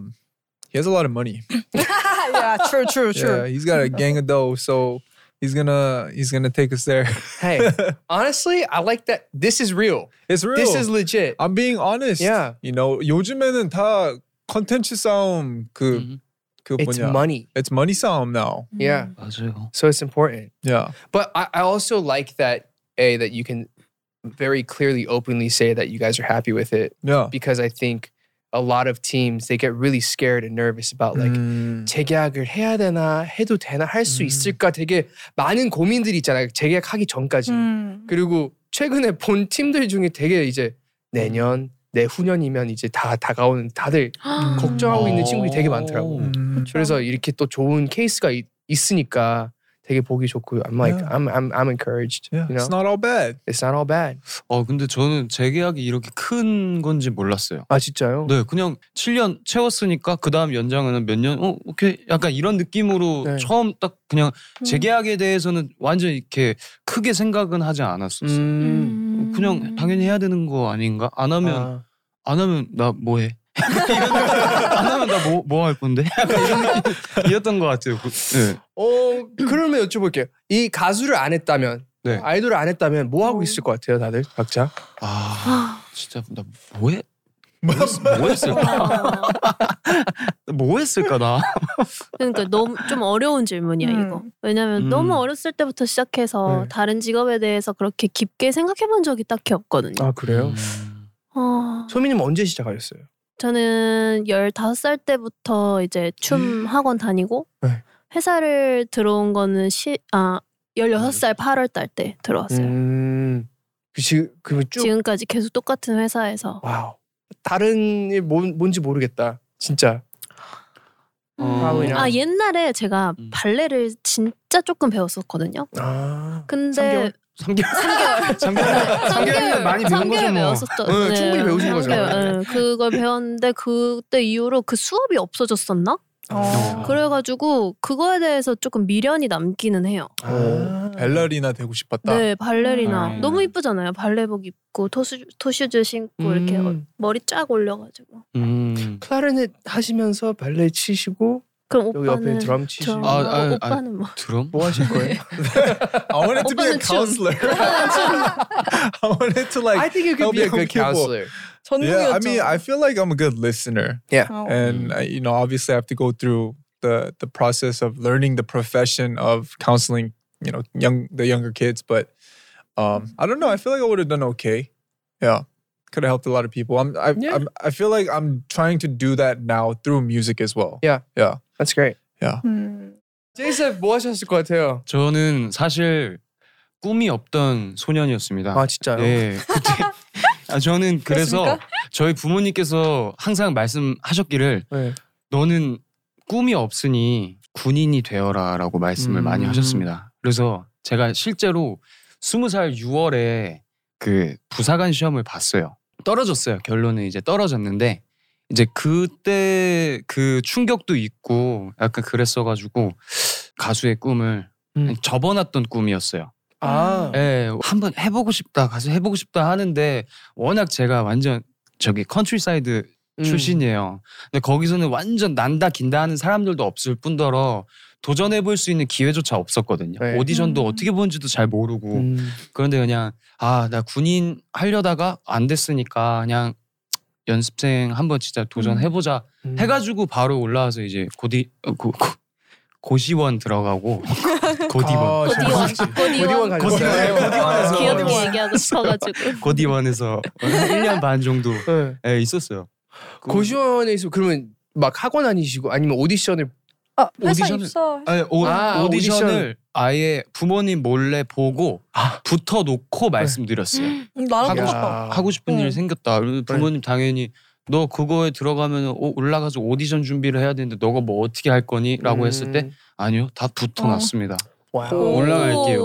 Speaker 4: he has a lot of money.
Speaker 3: (clears throat)
Speaker 6: yeah, true, true,
Speaker 4: Yeah,
Speaker 6: true.
Speaker 4: he's got a gang of dough, so he's gonna he's gonna take us there.
Speaker 3: Hey, honestly, I like that. This is real.
Speaker 4: It's real.
Speaker 3: This is legit.
Speaker 4: I'm being honest.
Speaker 3: Yeah.
Speaker 4: You know, 요즘에는 다 컨텐츠 싸움 그
Speaker 7: Mhm.
Speaker 4: 그
Speaker 3: It's
Speaker 4: 뭐냐.
Speaker 3: money. 음.
Speaker 4: It's money 싸움 now.
Speaker 3: Yeah.
Speaker 7: 맞아요.
Speaker 3: So it's important.
Speaker 4: Yeah.
Speaker 3: But I, I also like that a that you can very clearly, openly say that you guys are happy with it
Speaker 4: Yeah.
Speaker 3: because I think a lot of teams they get really scared and nervous about like
Speaker 4: 음.
Speaker 3: 재계약을 해야 되나 해도 되나 할 수
Speaker 4: 음.
Speaker 3: 있을까 되게 많은 고민들이 있잖아요. 재계약하기 전까지.
Speaker 6: 음.
Speaker 3: 그리고 최근에 본 팀들 중에 되게 이제 내년 내후년이면 이제 다 다가오는 다들 걱정하고 있는 친구들이 되게 많더라고.
Speaker 4: 음.
Speaker 3: 그래서 이렇게 또 좋은 케이스가 있, 있으니까 되게 보기 좋고요. I'm like
Speaker 4: Yeah.
Speaker 3: I'm I'm I'm encouraged.
Speaker 4: Yeah.
Speaker 3: You know?
Speaker 4: It's not all bad.
Speaker 3: all bad.
Speaker 7: 어 근데 저는 재계약이 이렇게 큰 건지 몰랐어요.
Speaker 3: 아 진짜요?
Speaker 7: 네, 그냥 7년 채웠으니까 그 다음 연장은 몇 년? 어, 오케이. 약간 이런 느낌으로
Speaker 3: 네.
Speaker 7: 처음 딱 그냥 재계약에 대해서는 완전 이렇게 크게 생각은 하지 않았었어요.
Speaker 3: 음.
Speaker 7: 그냥 당연히 해야 되는 거 아닌가? 안 하면
Speaker 3: 아,
Speaker 7: 안 하면 나 뭐 해? (laughs) 안 하면 나 뭐 뭐 할 건데? (laughs) 약간 이런 느낌이었던 것 같아요. 그- 네.
Speaker 3: 어 그러면 여쭤볼게요. 이 가수를 안 했다면
Speaker 7: 네.
Speaker 3: 아이돌을 안 했다면 뭐 하고 있을 것 같아요, 다들 각자?
Speaker 7: 아, 진짜 나 뭐 해? 뭐, 했- 뭐 했을까?
Speaker 5: 아,
Speaker 7: 뭐 했을까 나?
Speaker 5: (laughs) 그러니까 너무 좀 어려운 질문이야
Speaker 6: 음.
Speaker 5: 이거. 왜냐면
Speaker 7: 음.
Speaker 5: 너무 어렸을 때부터 시작해서
Speaker 3: 네.
Speaker 5: 다른 직업에 대해서 그렇게 깊게 생각해본 적이 딱히 없거든요.
Speaker 3: 아 그래요?
Speaker 7: 음.
Speaker 5: 어,
Speaker 3: 소민님 언제 시작하셨어요?
Speaker 5: 저는 15살 때부터 이제
Speaker 4: 음.
Speaker 5: 춤 학원 다니고
Speaker 3: 네.
Speaker 5: 회사를 들어온 거는 시, 아 16살 8월 달 때 들어왔어요.
Speaker 3: 음. 그 지금 그쭉
Speaker 5: 지금까지 계속 똑같은 회사에서
Speaker 3: 와우. 다른 일 뭔, 뭔지 모르겠다. 진짜.
Speaker 7: 음.
Speaker 5: 아 옛날에 제가
Speaker 7: 음.
Speaker 5: 발레를 진짜 조금 배웠었거든요.
Speaker 3: 아.
Speaker 5: 근데
Speaker 7: 3개월.
Speaker 5: 3개월
Speaker 7: 3개월.
Speaker 5: 3개월
Speaker 7: 많이 배운 거죠, 뭐.
Speaker 5: 배웠었죠.
Speaker 3: 응, 충분히 배우신 거죠. 네.
Speaker 5: 3개월, 응, 그걸 배웠는데 그때 이후로 그 수업이 없어졌었나?
Speaker 3: 아.
Speaker 6: 어.
Speaker 5: 그래가지고 그거에 대해서 조금 미련이 남기는 해요.
Speaker 3: 아,
Speaker 4: 오, 벨라리나 어, 되고 싶었다.
Speaker 5: 네 발레리나
Speaker 7: 음.
Speaker 5: 너무 이쁘잖아요. 발레복 입고 토슈, 토슈즈 신고 이렇게 어- 머리 쫙 올려가지고
Speaker 7: 음.
Speaker 3: 클라리넷 하시면서 발레 치시고
Speaker 5: 그럼
Speaker 3: 여기 옆에
Speaker 5: 오빠는
Speaker 3: 드럼 치시고
Speaker 5: 드럼,
Speaker 7: 아, 아, 아.
Speaker 5: 오빠는 뭐 (laughs)
Speaker 7: 드럼?
Speaker 3: 뭐 하실 거예요?
Speaker 4: I wanted to be a
Speaker 5: 오빠는 춤.
Speaker 4: counselor.
Speaker 3: (laughs)
Speaker 4: I wanted to like
Speaker 3: I think you could be a good
Speaker 4: Yeah,
Speaker 3: counselor.
Speaker 4: I
Speaker 6: 전공이었죠.
Speaker 4: mean, I feel like I'm a good listener.
Speaker 3: Oh.
Speaker 6: 어.
Speaker 4: and
Speaker 5: Mm.
Speaker 4: I, you know obviously i have to go through the the process of learning the profession of counseling you know young the younger kids but um i don't know i feel like i would have done okay yeah could have helped a lot of people i'm I,
Speaker 3: Yeah.
Speaker 4: I'm, I feel like i'm trying to do that now through music as well
Speaker 3: Yeah.
Speaker 4: yeah
Speaker 3: That's great.
Speaker 5: 아.
Speaker 6: 음.
Speaker 3: 제이셉 뭐 하셨을 것 같아요?
Speaker 7: 저는 사실 꿈이 없던 소년이었습니다.
Speaker 3: 아 진짜요?
Speaker 7: 네, 그때 아, 저는 그래서
Speaker 6: 그렇습니까?
Speaker 7: 저희 부모님께서 항상 말씀하셨기를
Speaker 3: 네.
Speaker 7: 너는 꿈이 없으니 군인이 되어라라고 말씀을
Speaker 4: 음.
Speaker 7: 많이 하셨습니다. 그래서 제가 실제로 20살 6월에 그 부사관 시험을 봤어요. 떨어졌어요. 결론은 이제 떨어졌는데 이제 그때 그 충격도 있고 약간 그랬어가지고 가수의 꿈을
Speaker 3: 음.
Speaker 7: 접어놨던 꿈이었어요.
Speaker 3: 아.
Speaker 7: 예, 한번 해보고 싶다, 가수 해보고 싶다 하는데 워낙 제가 완전 저기 컨트리사이드
Speaker 3: 음.
Speaker 7: 출신이에요. 근데 거기서는 완전 난다 긴다 하는 사람들도 없을 뿐더러 도전해 볼 수 있는 기회조차 없었거든요.
Speaker 3: 네.
Speaker 7: 오디션도
Speaker 6: 음.
Speaker 7: 어떻게 보는지도 잘 모르고
Speaker 3: 음.
Speaker 7: 그런데 그냥 아 나 군인 하려다가 안 됐으니까 그냥 연습생 한번 진짜 도전해 보자
Speaker 3: 음.
Speaker 7: 해가지고 (laughs) 바로 올라와서 이제 고디 어, 고, 고, 고시원 들어가고 고디원.
Speaker 5: 고디원 고디원
Speaker 6: (laughs)
Speaker 3: 고디원 가셨어요?
Speaker 7: 네. 고디원에서
Speaker 5: 아, 네.
Speaker 6: 네.
Speaker 5: 귀엽게 얘기하고 싶어가지고
Speaker 7: 고디원에서 1년 반 정도
Speaker 3: 네.
Speaker 7: 예, 있었어요. 그-
Speaker 3: 고시원에서 그러면 막 학원 다니시고 아니면 오디션을
Speaker 6: 아 회사
Speaker 7: 오디션을-
Speaker 6: 입사
Speaker 7: 아니, 오,
Speaker 3: 아,
Speaker 7: 디션을
Speaker 3: 오디션.
Speaker 7: 아예 부모님 몰래 보고 붙어
Speaker 3: 네.
Speaker 7: 놓고 말씀드렸어요.
Speaker 6: 음, 나라고
Speaker 7: 하고
Speaker 6: 싶어.
Speaker 3: 야.
Speaker 7: 하고 싶은
Speaker 6: 응.
Speaker 7: 일 생겼다. 부모님 당연히 너 그거에 들어가면 오- 올라가서 오디션 준비를 해야 되는데 너가 뭐 어떻게 할 거니?라고 했을 때
Speaker 3: 음.
Speaker 7: 아니요 다 붙어 놨습니다.
Speaker 3: 와우.
Speaker 5: 오.
Speaker 7: 올라갈게요.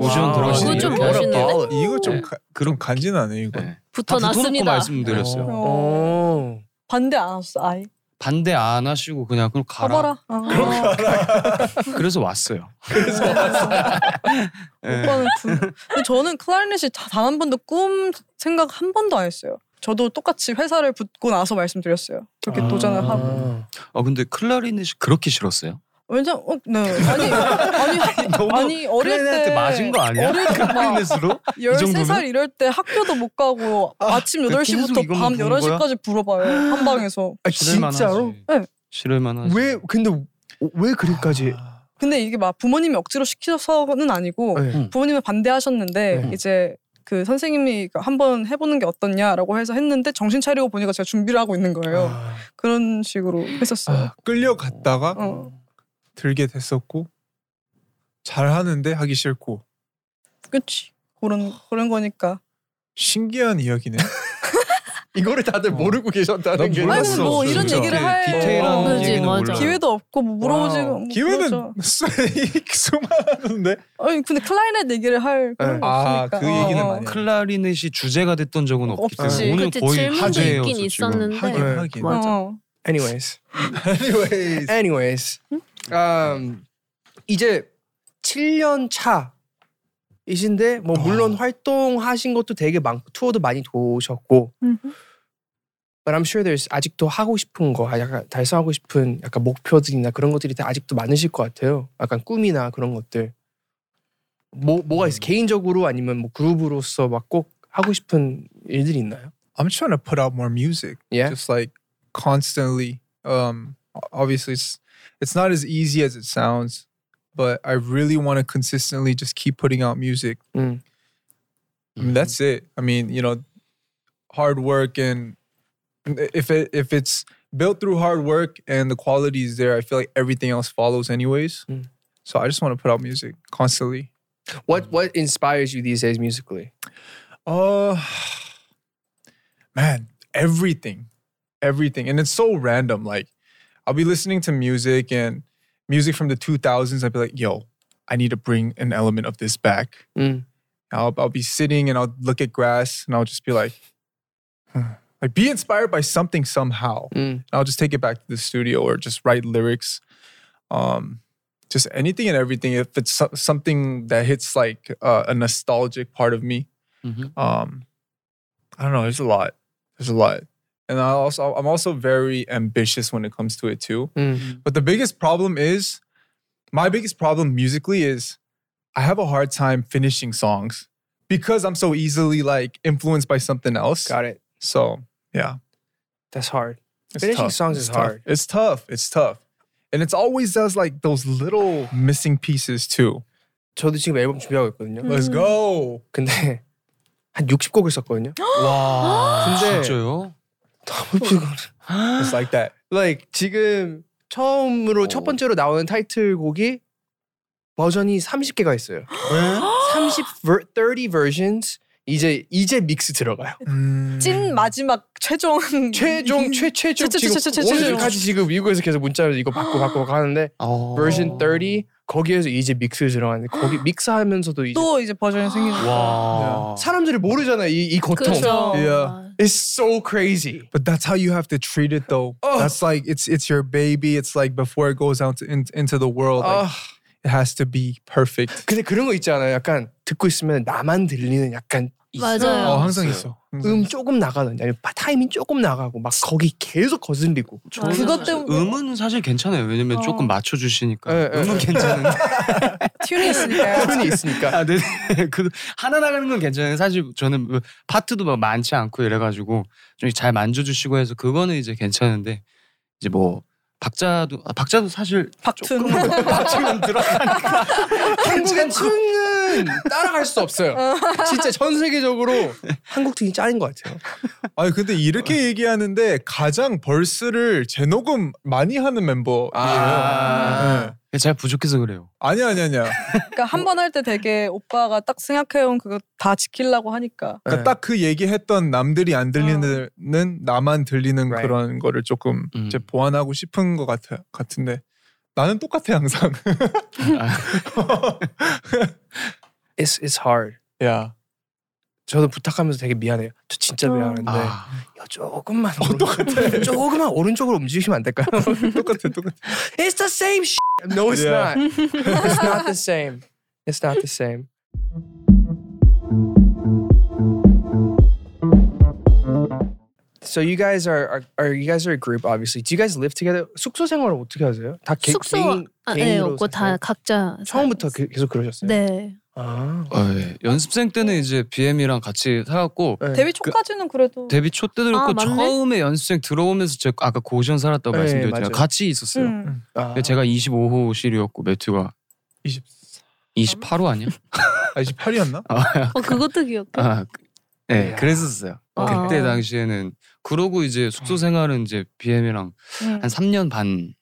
Speaker 7: 오션 들어가시는
Speaker 5: 그거 좀
Speaker 7: 이렇게 하라.
Speaker 5: 멋있는데?
Speaker 4: 이거 좀
Speaker 7: 네.
Speaker 4: 가, 그런 간지나네 이거.
Speaker 7: 네. 다
Speaker 5: 붙어
Speaker 7: 붙어놓고
Speaker 5: 놨습니다.
Speaker 7: 말씀드렸어요.
Speaker 3: 오.
Speaker 6: 반대 안 왔어 아예.
Speaker 7: 반대 안 하시고 그냥 그럼 가라.
Speaker 6: 가봐라. 아.
Speaker 7: (laughs) 그래서 왔어요. 예.
Speaker 6: 오빠는 군. 근데 저는 클라리넷이 단 한 번도 꿈 생각 한 번도 안 했어요. 저도 똑같이 회사를 붙고 나서 말씀드렸어요. 그렇게 도전을 하고.
Speaker 7: 아 근데 클라리넷이 그렇게 싫었어요?
Speaker 6: 왜냐? 어, 네. 아니, 아니,
Speaker 7: (laughs) 너무
Speaker 6: 아니 어릴
Speaker 7: 클라리넷한테
Speaker 6: 때
Speaker 7: 맞은 거 아니야?
Speaker 6: 어릴 때 막.
Speaker 7: 클라리넷으로? 이 정도면?
Speaker 6: 13살 이럴 때 학교도 못 가고 아침
Speaker 7: 그
Speaker 6: 8시부터
Speaker 7: 계속 이것만
Speaker 6: 밤
Speaker 7: 부른
Speaker 6: 11시까지 불어봐요. 한 방에서.
Speaker 3: 아,
Speaker 7: 싫을만
Speaker 3: 진짜로?
Speaker 7: 하지.
Speaker 6: 네.
Speaker 7: 싫을만 하지.
Speaker 3: 왜 근데 왜 그렇게까지?
Speaker 7: 아.
Speaker 6: 근데 이게 막 부모님이 억지로 시켜서는 아니고
Speaker 3: 네.
Speaker 6: 부모님은 반대하셨는데
Speaker 3: 네.
Speaker 6: 이제 그 선생님이 한번 해보는 게 어떠냐라고 해서 했는데 정신 차리고 보니까 제가 준비를 하고 있는 거예요.
Speaker 3: 아.
Speaker 6: 그런 식으로 했었어요.
Speaker 4: 아, 끌려갔다가
Speaker 6: 어.
Speaker 4: 들게 됐었고 잘하는데 하기 싫고
Speaker 6: 그치. 그런, 그런 거니까.
Speaker 4: 신기한 이야기네.
Speaker 3: (laughs) 이거를 다들
Speaker 4: 어.
Speaker 3: 모르고
Speaker 4: 난
Speaker 3: 계셨다는 게
Speaker 4: 몰랐어.
Speaker 6: 아니, 근데 뭐 이런
Speaker 4: 진짜. 네,
Speaker 6: 얘기를 할
Speaker 7: 디테일한
Speaker 6: 어,
Speaker 5: 그지,
Speaker 7: 얘기는
Speaker 5: 맞아.
Speaker 7: 몰라요.
Speaker 6: 기회도 없고 뭐 물어보지
Speaker 4: 와우.
Speaker 6: 뭐
Speaker 4: 기회는
Speaker 6: 그러죠.
Speaker 4: 수많았는데
Speaker 6: 아니 근데 클라리넷 얘기를 할 그런 게
Speaker 4: 아,
Speaker 6: 없으니까. 어.
Speaker 4: 그 얘기는 많이
Speaker 7: 네. 클라리넷이 주제가 됐던 적은 없기
Speaker 6: 없지.
Speaker 7: 때문에 오늘
Speaker 5: 그때
Speaker 7: 거의
Speaker 5: 질문도
Speaker 7: 화제예요.
Speaker 5: 있긴
Speaker 7: 저 지금.
Speaker 5: 있었는데.
Speaker 4: 하긴
Speaker 3: 네.
Speaker 4: 하긴.
Speaker 5: 맞아.
Speaker 6: 어.
Speaker 3: anyways.
Speaker 4: Anyways.
Speaker 3: anyways. 음, 이제 7년 차이신데
Speaker 7: 어.
Speaker 3: 뭐 물론 활동하신 것도 되게 많고 투어도 많이 도셨고
Speaker 6: 음.
Speaker 3: but I'm sure there's 아직도 하고 싶은 거 약간 달성하고 싶은 약간 목표들이나 그런 것들이 다 아직도 많으실 것 같아요. 약간 꿈이나 그런 것들. 뭐 뭐가
Speaker 4: 음.
Speaker 3: 있어? 개인적으로 아니면 뭐 그룹으로서 막 꼭 하고 싶은 일들이 있나요?
Speaker 4: I'm trying to put out more music.
Speaker 3: Yeah.
Speaker 4: Just like constantly. Um o- obviously it's it's not as easy as it sounds, but I really want to consistently just keep putting out music.
Speaker 3: Mm.
Speaker 4: I mean, that's it. I mean, you know, hard work and if it if it's built through hard work and the quality is there, I feel like everything else follows anyways.
Speaker 3: Mm.
Speaker 4: So I just want to put out music constantly.
Speaker 3: What what inspires you these days musically?
Speaker 4: Uh (sighs) man, everything. Everything. And it's so random. Like I'll be listening to music and music from the 2000s. I'd be like, yo, I need to bring an element of this back.
Speaker 3: 음.
Speaker 4: I'll, I'll be sitting and I'll look at grass and I'll just be like, (sighs) "Huh." like be inspired by something somehow.
Speaker 3: 음.
Speaker 4: I'll just take it back to the studio or just write lyrics. Um, just anything and everything. If it's so- something that hits like uh, a nostalgic part of me,
Speaker 7: Mhm.
Speaker 4: um, I don't know. There's a lot. There's a lot, and I also I'm also very ambitious when it comes to it too.
Speaker 3: 음.
Speaker 4: But the biggest problem is, my biggest problem musically is, I have a hard time finishing songs because I'm so easily like influenced by something else.
Speaker 3: Got it.
Speaker 4: So yeah.
Speaker 3: That's hard.
Speaker 4: It's
Speaker 3: Finishing
Speaker 4: tough.
Speaker 3: songs
Speaker 4: It's
Speaker 3: is
Speaker 4: tough.
Speaker 3: hard.
Speaker 4: It's tough. It's tough. And it's always does like those little missing pieces too.
Speaker 3: 저도 지금 앨범 준비하고 있거든요.
Speaker 4: Let's
Speaker 7: (gasps)
Speaker 4: go.
Speaker 3: 근데 (laughs) 한
Speaker 4: (gasps)
Speaker 3: 60곡을 썼거든요.
Speaker 7: 와,
Speaker 3: 근데-
Speaker 7: 진짜요?
Speaker 3: 너무 피곤해.
Speaker 4: It's like that.
Speaker 3: like 지금 처음으로 첫 번째로 나오는 타이틀곡이 버전이 30개가
Speaker 6: (gasps)
Speaker 3: 있어요. 30 ver- 30 versions 이제 이제 믹스 들어가요.
Speaker 6: 음. 찐 마지막 최종
Speaker 3: 음.
Speaker 6: (laughs)
Speaker 3: 최종 최 최종
Speaker 6: 최- 최-
Speaker 3: 지금
Speaker 6: 최- 최- 최-
Speaker 3: 오늘까지 지금 미국에서 계속 문자로 이거 바꿔 바꿔 가는데
Speaker 6: 아.
Speaker 7: 어.
Speaker 3: version 30 거기에서 이제 믹스 들어가는데
Speaker 6: (gasps)
Speaker 3: 거기 믹스하면서도 이제
Speaker 6: 또 이제 버전이 생기니까.
Speaker 7: 와.
Speaker 3: 사람들이 모르잖아 이, 이 고통.
Speaker 5: 그죠.
Speaker 4: Yeah.
Speaker 3: It's so crazy.
Speaker 4: But that's how you have to treat it though.
Speaker 3: Oh.
Speaker 4: That's like it's it's your baby. It's like before it goes out to, in, into the world, like,
Speaker 3: 아.
Speaker 4: it has to be perfect.
Speaker 3: 근데 그런 거 있잖아요. 약간 듣고 있으면 나만 들리는 약간
Speaker 5: 맞아요.
Speaker 4: 어, 항상 있어. 항상
Speaker 3: 음
Speaker 4: 있어.
Speaker 3: 조금 나가는 아니 타이밍 조금 나가고 막 거기 계속 거슬리고.
Speaker 5: 맞아.
Speaker 6: 그것 때문에
Speaker 7: 음은 사실 괜찮아요. 왜냐면
Speaker 6: 어.
Speaker 7: 조금 맞춰 주시니까.
Speaker 3: 예, 예,
Speaker 7: 음은
Speaker 6: (laughs)
Speaker 7: 괜찮은데. (laughs)
Speaker 6: 튜닝 있으니까요.
Speaker 3: 표현이 있으니까.
Speaker 7: 아, 네. 그 하나 나가는 건 괜찮아요. 사실 저는 뭐 파트도 막 많지 않고 이래 가지고 좀 잘 만져 주시고 해서 그거는 이제 괜찮은데 이제 뭐 박자도 아, 박자도 사실
Speaker 6: 박튼.
Speaker 7: 박자는
Speaker 3: (laughs)
Speaker 7: 들어가니까
Speaker 3: 한국은 따라갈 수 없어요. 진짜 전 세계적으로 한국 팀이 짱인 것 같아요.
Speaker 4: (laughs) 아니 근데
Speaker 3: 어.
Speaker 4: 이렇게 얘기하는데 가장 벌스를 재녹음 많이 하는 멤버예요.
Speaker 3: 아.
Speaker 4: 네.
Speaker 7: 제가 부족해서 그래요.
Speaker 4: 아니야 아니야 아니야.
Speaker 6: 그러니까 한 번 할 때 되게 오빠가 딱 생각해온 그거 다 지키려고 하니까.
Speaker 3: 네.
Speaker 4: 그러니까 딱 그 얘기했던 남들이 안 들리는 나만 들리는
Speaker 3: 어. Right.
Speaker 4: 그런 거를 조금
Speaker 7: 음.
Speaker 4: 이제 보완하고 싶은 것 같아 같은데 나는 똑같아 항상.
Speaker 3: It's it's hard.
Speaker 4: 야
Speaker 3: 저도 부탁하면서 되게 미안해요. 저 진짜
Speaker 6: 어.
Speaker 3: 미안한데
Speaker 7: 아,
Speaker 3: 이거 조금만 오른, 조금만 오른쪽으로 움직이시면 안 될까요?
Speaker 4: 똑같아 똑같아.
Speaker 6: 그러니까
Speaker 3: It's the same. s***. No, it's
Speaker 4: Yeah.
Speaker 3: not. It's not the same. It's not the same. So you guys are, are are you guys are a group obviously. Do you guys live together? 숙소 생활을 어떻게 하세요? 다 개,
Speaker 5: 숙소
Speaker 3: 개인
Speaker 5: 아, 네,
Speaker 3: 개인으로
Speaker 5: 없고 다
Speaker 3: 사세요?
Speaker 5: 각자
Speaker 3: 처음부터
Speaker 5: 살고
Speaker 3: 그, 계속 그러셨어요?
Speaker 5: 있어요. 네.
Speaker 3: 아.
Speaker 7: 어, 예. 연습생 때는 이제 BM이랑 같이 살았고
Speaker 3: 네.
Speaker 6: 데뷔 초까지는 그래도
Speaker 7: 데뷔 초 때도
Speaker 5: 아,
Speaker 7: 그렇고
Speaker 5: 맞네.
Speaker 7: 처음에 연습생 들어오면서 제가 아까 고시원 살았다고
Speaker 3: 예,
Speaker 7: 말씀드렸잖아요.
Speaker 3: 맞아요.
Speaker 7: 같이 있었어요.
Speaker 6: 음.
Speaker 3: 아.
Speaker 7: 근데 제가 25호실이었고 매튜가
Speaker 4: 20
Speaker 7: 28호 아니야?
Speaker 4: 28이었나?
Speaker 5: 어 그것도 기억해.
Speaker 7: 아, 그- 네,
Speaker 3: 이야.
Speaker 7: 그랬었어요.
Speaker 5: 아.
Speaker 7: 그때 당시에는 그러고 이제 숙소 생활은 이제 BM이랑
Speaker 5: 네.
Speaker 6: 음.
Speaker 7: 한 3년 반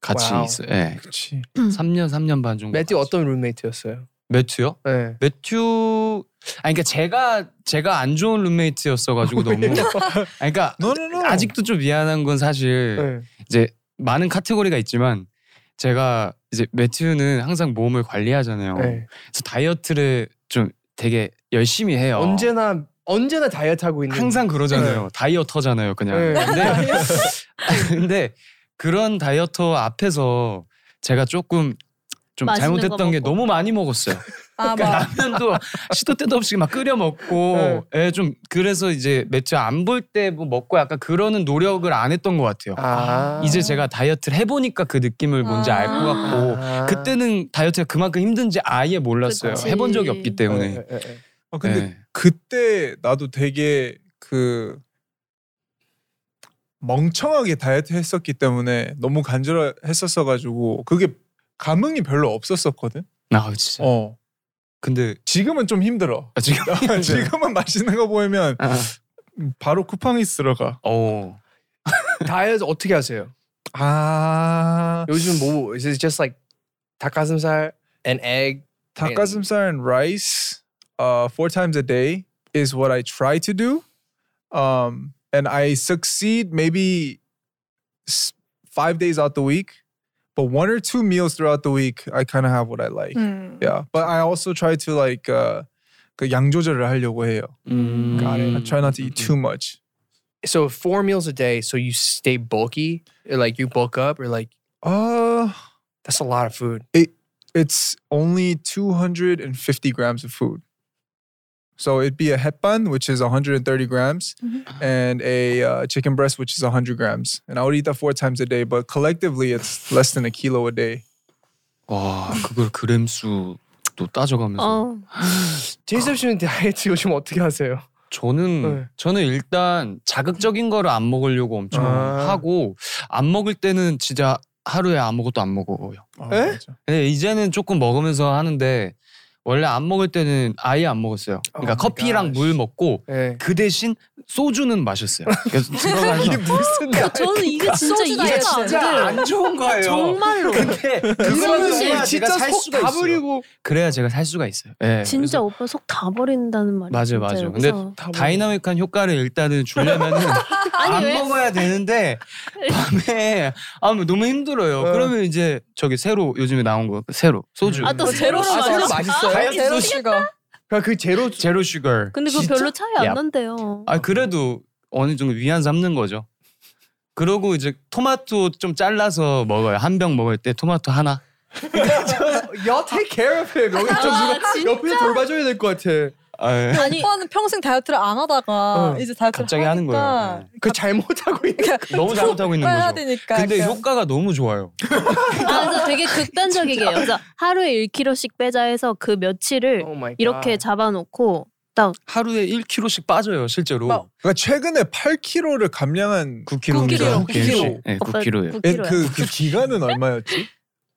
Speaker 7: 같이
Speaker 3: 와우.
Speaker 7: 있어요. 예.
Speaker 4: 그렇지.
Speaker 5: 음.
Speaker 7: 3년 3년 반 정도.
Speaker 3: 매튜
Speaker 7: 같이.
Speaker 3: 어떤 룸메이트였어요?
Speaker 7: 매튜요?
Speaker 3: 네.
Speaker 7: 매튜 아니 그러니까 제가 제가 안 좋은 룸메이트였어 가지고 너무 아니
Speaker 3: (laughs)
Speaker 7: 그러니까
Speaker 4: 노노노.
Speaker 7: 아직도 좀 미안한 건 사실
Speaker 3: 네.
Speaker 7: 이제 많은 카테고리가 있지만 제가 이제 매튜는 항상 몸을 관리하잖아요.
Speaker 3: 네.
Speaker 7: 그래서 다이어트를 좀 되게 열심히 해요.
Speaker 3: 언제나 언제나 다이어트 하고 있는
Speaker 7: 네, 어. 항상 그러잖아요. 다이어터잖아요, 그냥.
Speaker 3: 네.
Speaker 7: 근데, 근데 그런 다이어터 앞에서 제가 조금 좀
Speaker 5: 맛있는
Speaker 7: 잘못했던
Speaker 5: 거
Speaker 7: 게
Speaker 5: 먹고. 뭐.
Speaker 7: 너무 많이 먹었어요.
Speaker 5: (laughs)
Speaker 6: 아, 막
Speaker 7: 그러니까 라면도 시도 때도 없이 막 끓여 먹고,
Speaker 5: 네.
Speaker 7: 예, 좀 그래서 이제 매주 안 볼 때 뭐 먹고 약간 그러는 노력을 안 했던 것 같아요.
Speaker 3: 아.
Speaker 7: 이제 제가 다이어트를 해보니까 그 느낌을 뭔지 알 것 같고,
Speaker 3: 아.
Speaker 7: 그때는 다이어트가 그만큼 힘든지 아예 몰랐어요.
Speaker 5: 그치.
Speaker 7: 해본 적이 없기 때문에.
Speaker 3: 네, 네, 네.
Speaker 4: 아, 근데
Speaker 7: 예.
Speaker 4: 그때 나도 되게 그 멍청하게 다이어트 했었기 때문에 너무 간절했었어 가지고 그게 감흥이 별로 없었었거든.
Speaker 7: 아, 진짜.
Speaker 4: 어.
Speaker 7: 근데
Speaker 4: 지금은 좀 힘들어. (laughs)
Speaker 7: 아, 지금
Speaker 4: 지금은 맛있는 거 보이면
Speaker 7: 아.
Speaker 4: 바로 쿠팡이 들어가.
Speaker 7: 어.
Speaker 3: (laughs) 다이어트 어떻게 하세요?
Speaker 4: 아
Speaker 3: 요즘 뭐 is it just like 닭가슴살 and egg
Speaker 4: 닭가슴살 and rice uh, four times a day is what I try to do, um, and I succeed maybe s- five days out the week, but one or two meals throughout the week I kind of have what I like.
Speaker 6: 음.
Speaker 4: Yeah, but I also try to like uh, 그양 조절을 하려고 해요.
Speaker 7: 음.
Speaker 4: Got it. I try not to eat too much.
Speaker 3: so four meals a day so you stay bulky like you bulk up or like
Speaker 4: Uh,
Speaker 3: that's a lot of food
Speaker 4: it's only 250 grams of food. So it'd be a hetbahn, which is 130 grams,
Speaker 6: Mm-hmm.
Speaker 4: and a uh, chicken breast, which is 100 grams. And I would eat that four times a day, but collectively, it's less than a kilo a day.
Speaker 7: 와 그걸 그램 수도 따져가면서
Speaker 5: 어.
Speaker 3: (gasps) 제이셉 씨는 다이어트 요즘 어떻게 하세요?
Speaker 7: 저는
Speaker 3: 네.
Speaker 7: 저는 일단 자극적인 거를 안 먹으려고 엄청
Speaker 3: 아.
Speaker 7: 하고 안 먹을 때는 진짜 하루에 아무것도 안 먹어요.
Speaker 4: 어,
Speaker 3: 에?
Speaker 4: 맞아.
Speaker 7: 근데 이제는 조금 먹으면서 하는데 원래 안 먹을 때는 아예 안 먹었어요. 그러니까
Speaker 3: Oh my
Speaker 7: 커피랑
Speaker 3: gosh.
Speaker 7: 물 먹고
Speaker 3: 네.
Speaker 7: 그 대신 소주는 마셨어요. 그래서 들어가서
Speaker 3: 무슨
Speaker 5: 그러니까 저는 이게 진짜
Speaker 6: 소주 다이어트.
Speaker 5: 이해가 안
Speaker 6: 진짜
Speaker 5: 돼요.
Speaker 7: 안 좋은 거예요.
Speaker 5: 정말로.
Speaker 7: (laughs) 근데
Speaker 3: 이거는
Speaker 7: 그거는 해야
Speaker 3: 진짜
Speaker 7: 제가 살
Speaker 3: 속
Speaker 7: 수가
Speaker 3: 다
Speaker 7: 있어요.
Speaker 3: 버리고
Speaker 7: 그래야 제가 살 수가 있어요.
Speaker 3: 네,
Speaker 7: 예,
Speaker 5: 진짜 오빠 속 다 버린다는 말이
Speaker 7: 맞아요,
Speaker 5: 진짜
Speaker 7: 맞아요. 근데
Speaker 5: 여기서.
Speaker 3: 다
Speaker 7: 다이나믹한 효과를 일단은 주려면은 안
Speaker 5: (laughs) 아니 왜
Speaker 7: 먹어야
Speaker 5: (laughs)
Speaker 7: 되는데 밤에 아 너무 힘들어요.
Speaker 3: 어.
Speaker 7: 그러면 이제 저기 새로 요즘에 나온 거 새로 소주
Speaker 5: 아, 또 제로로
Speaker 3: 아, 제로
Speaker 5: 마셔?
Speaker 3: 맛있어요?
Speaker 7: 다이어트
Speaker 6: 제로
Speaker 3: (laughs)
Speaker 7: 소주.
Speaker 6: 슈가.
Speaker 3: 그러니까 그 제로
Speaker 7: 제로 슈거.
Speaker 5: 근데 그거
Speaker 7: 진짜?
Speaker 5: 별로 차이
Speaker 7: 야.
Speaker 5: 안 난대요.
Speaker 7: 아 그래도 어느 정도 위안 삼는 거죠. 그러고 이제 토마토 좀 잘라서 먹어요. 한 병 먹을 때 토마토 하나.
Speaker 3: y'all take care of him 여기 좀
Speaker 5: 아,
Speaker 3: 누가
Speaker 5: 진짜?
Speaker 3: 옆에서 돌봐줘야 될 것 같아
Speaker 7: 아, 예.
Speaker 5: 아니 아,
Speaker 6: 오빠는 평생 다이어트를 안
Speaker 3: 네.
Speaker 6: 하다가
Speaker 3: 어,
Speaker 6: 이제 다이어트를
Speaker 7: 갑자기 하는
Speaker 6: 하니까
Speaker 7: 거예요. 예.
Speaker 3: 그 잘못하고 있는
Speaker 7: 너무 잘못하고 있는
Speaker 6: 해야
Speaker 7: 거죠.
Speaker 6: 되니까.
Speaker 7: 근데
Speaker 6: 약간.
Speaker 7: 효과가 너무 좋아요.
Speaker 5: 아, 그래서 되게 극단적이게 해요. 그래서 하루에 1kg씩 빼자 해서 그 며칠을
Speaker 3: Oh my God.
Speaker 5: 이렇게 잡아놓고 부럽다.
Speaker 7: 하루에 1kg씩 빠져요 실제로.
Speaker 6: 막
Speaker 4: 그러니까 최근에 8kg를 감량한
Speaker 7: 9kg입니다.
Speaker 5: 9kg.
Speaker 7: 네,
Speaker 6: 어,
Speaker 5: 오빠
Speaker 7: 9kg예요.
Speaker 5: 9kg 야.
Speaker 4: 그, 그 기간은 얼마였지?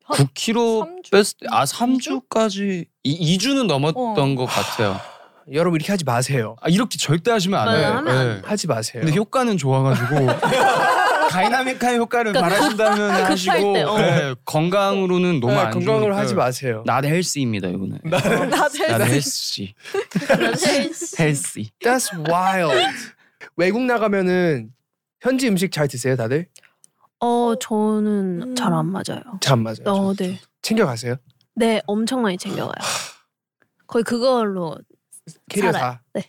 Speaker 7: 9kg
Speaker 6: 삼 주?
Speaker 7: 뺐을 때아 3주까지 2, 주는 넘었던 것 같아요.
Speaker 3: 여러분 이렇게 하지 마세요.
Speaker 7: 아, 이렇게 절대 하시면 안
Speaker 5: 맞아요,
Speaker 7: 돼요.
Speaker 5: 하면 안
Speaker 7: 예.
Speaker 3: 하지 마세요. 어,
Speaker 7: 근데 효과는
Speaker 3: (laughs)
Speaker 7: 좋아가지고 다이나믹한 효과를
Speaker 5: 그러니까
Speaker 7: 바라신다면
Speaker 5: 급할
Speaker 7: 하시고
Speaker 5: 때, 어.
Speaker 7: 예, 건강으로는 너무
Speaker 3: 네,
Speaker 7: 안 좋으니까.
Speaker 3: 건강을 하지 마세요. 네.
Speaker 7: 낫 헬스입니다 이거는.
Speaker 3: 어,
Speaker 7: 낫
Speaker 6: 나는
Speaker 7: 헬스.
Speaker 5: 그래서
Speaker 7: 헬스.
Speaker 3: That's wild. 외국 나가면은 현지 음식 잘 드세요, 다들?
Speaker 5: 어 저는
Speaker 6: 음.
Speaker 5: 잘 안 맞아요.
Speaker 3: 잘 안 맞아요.
Speaker 5: 어, 네.
Speaker 3: 챙겨 가세요.
Speaker 5: 네, 엄청 많이 챙겨가요. 거의 그걸로
Speaker 3: 캐리어
Speaker 5: 살아요.
Speaker 3: 다.
Speaker 5: 네.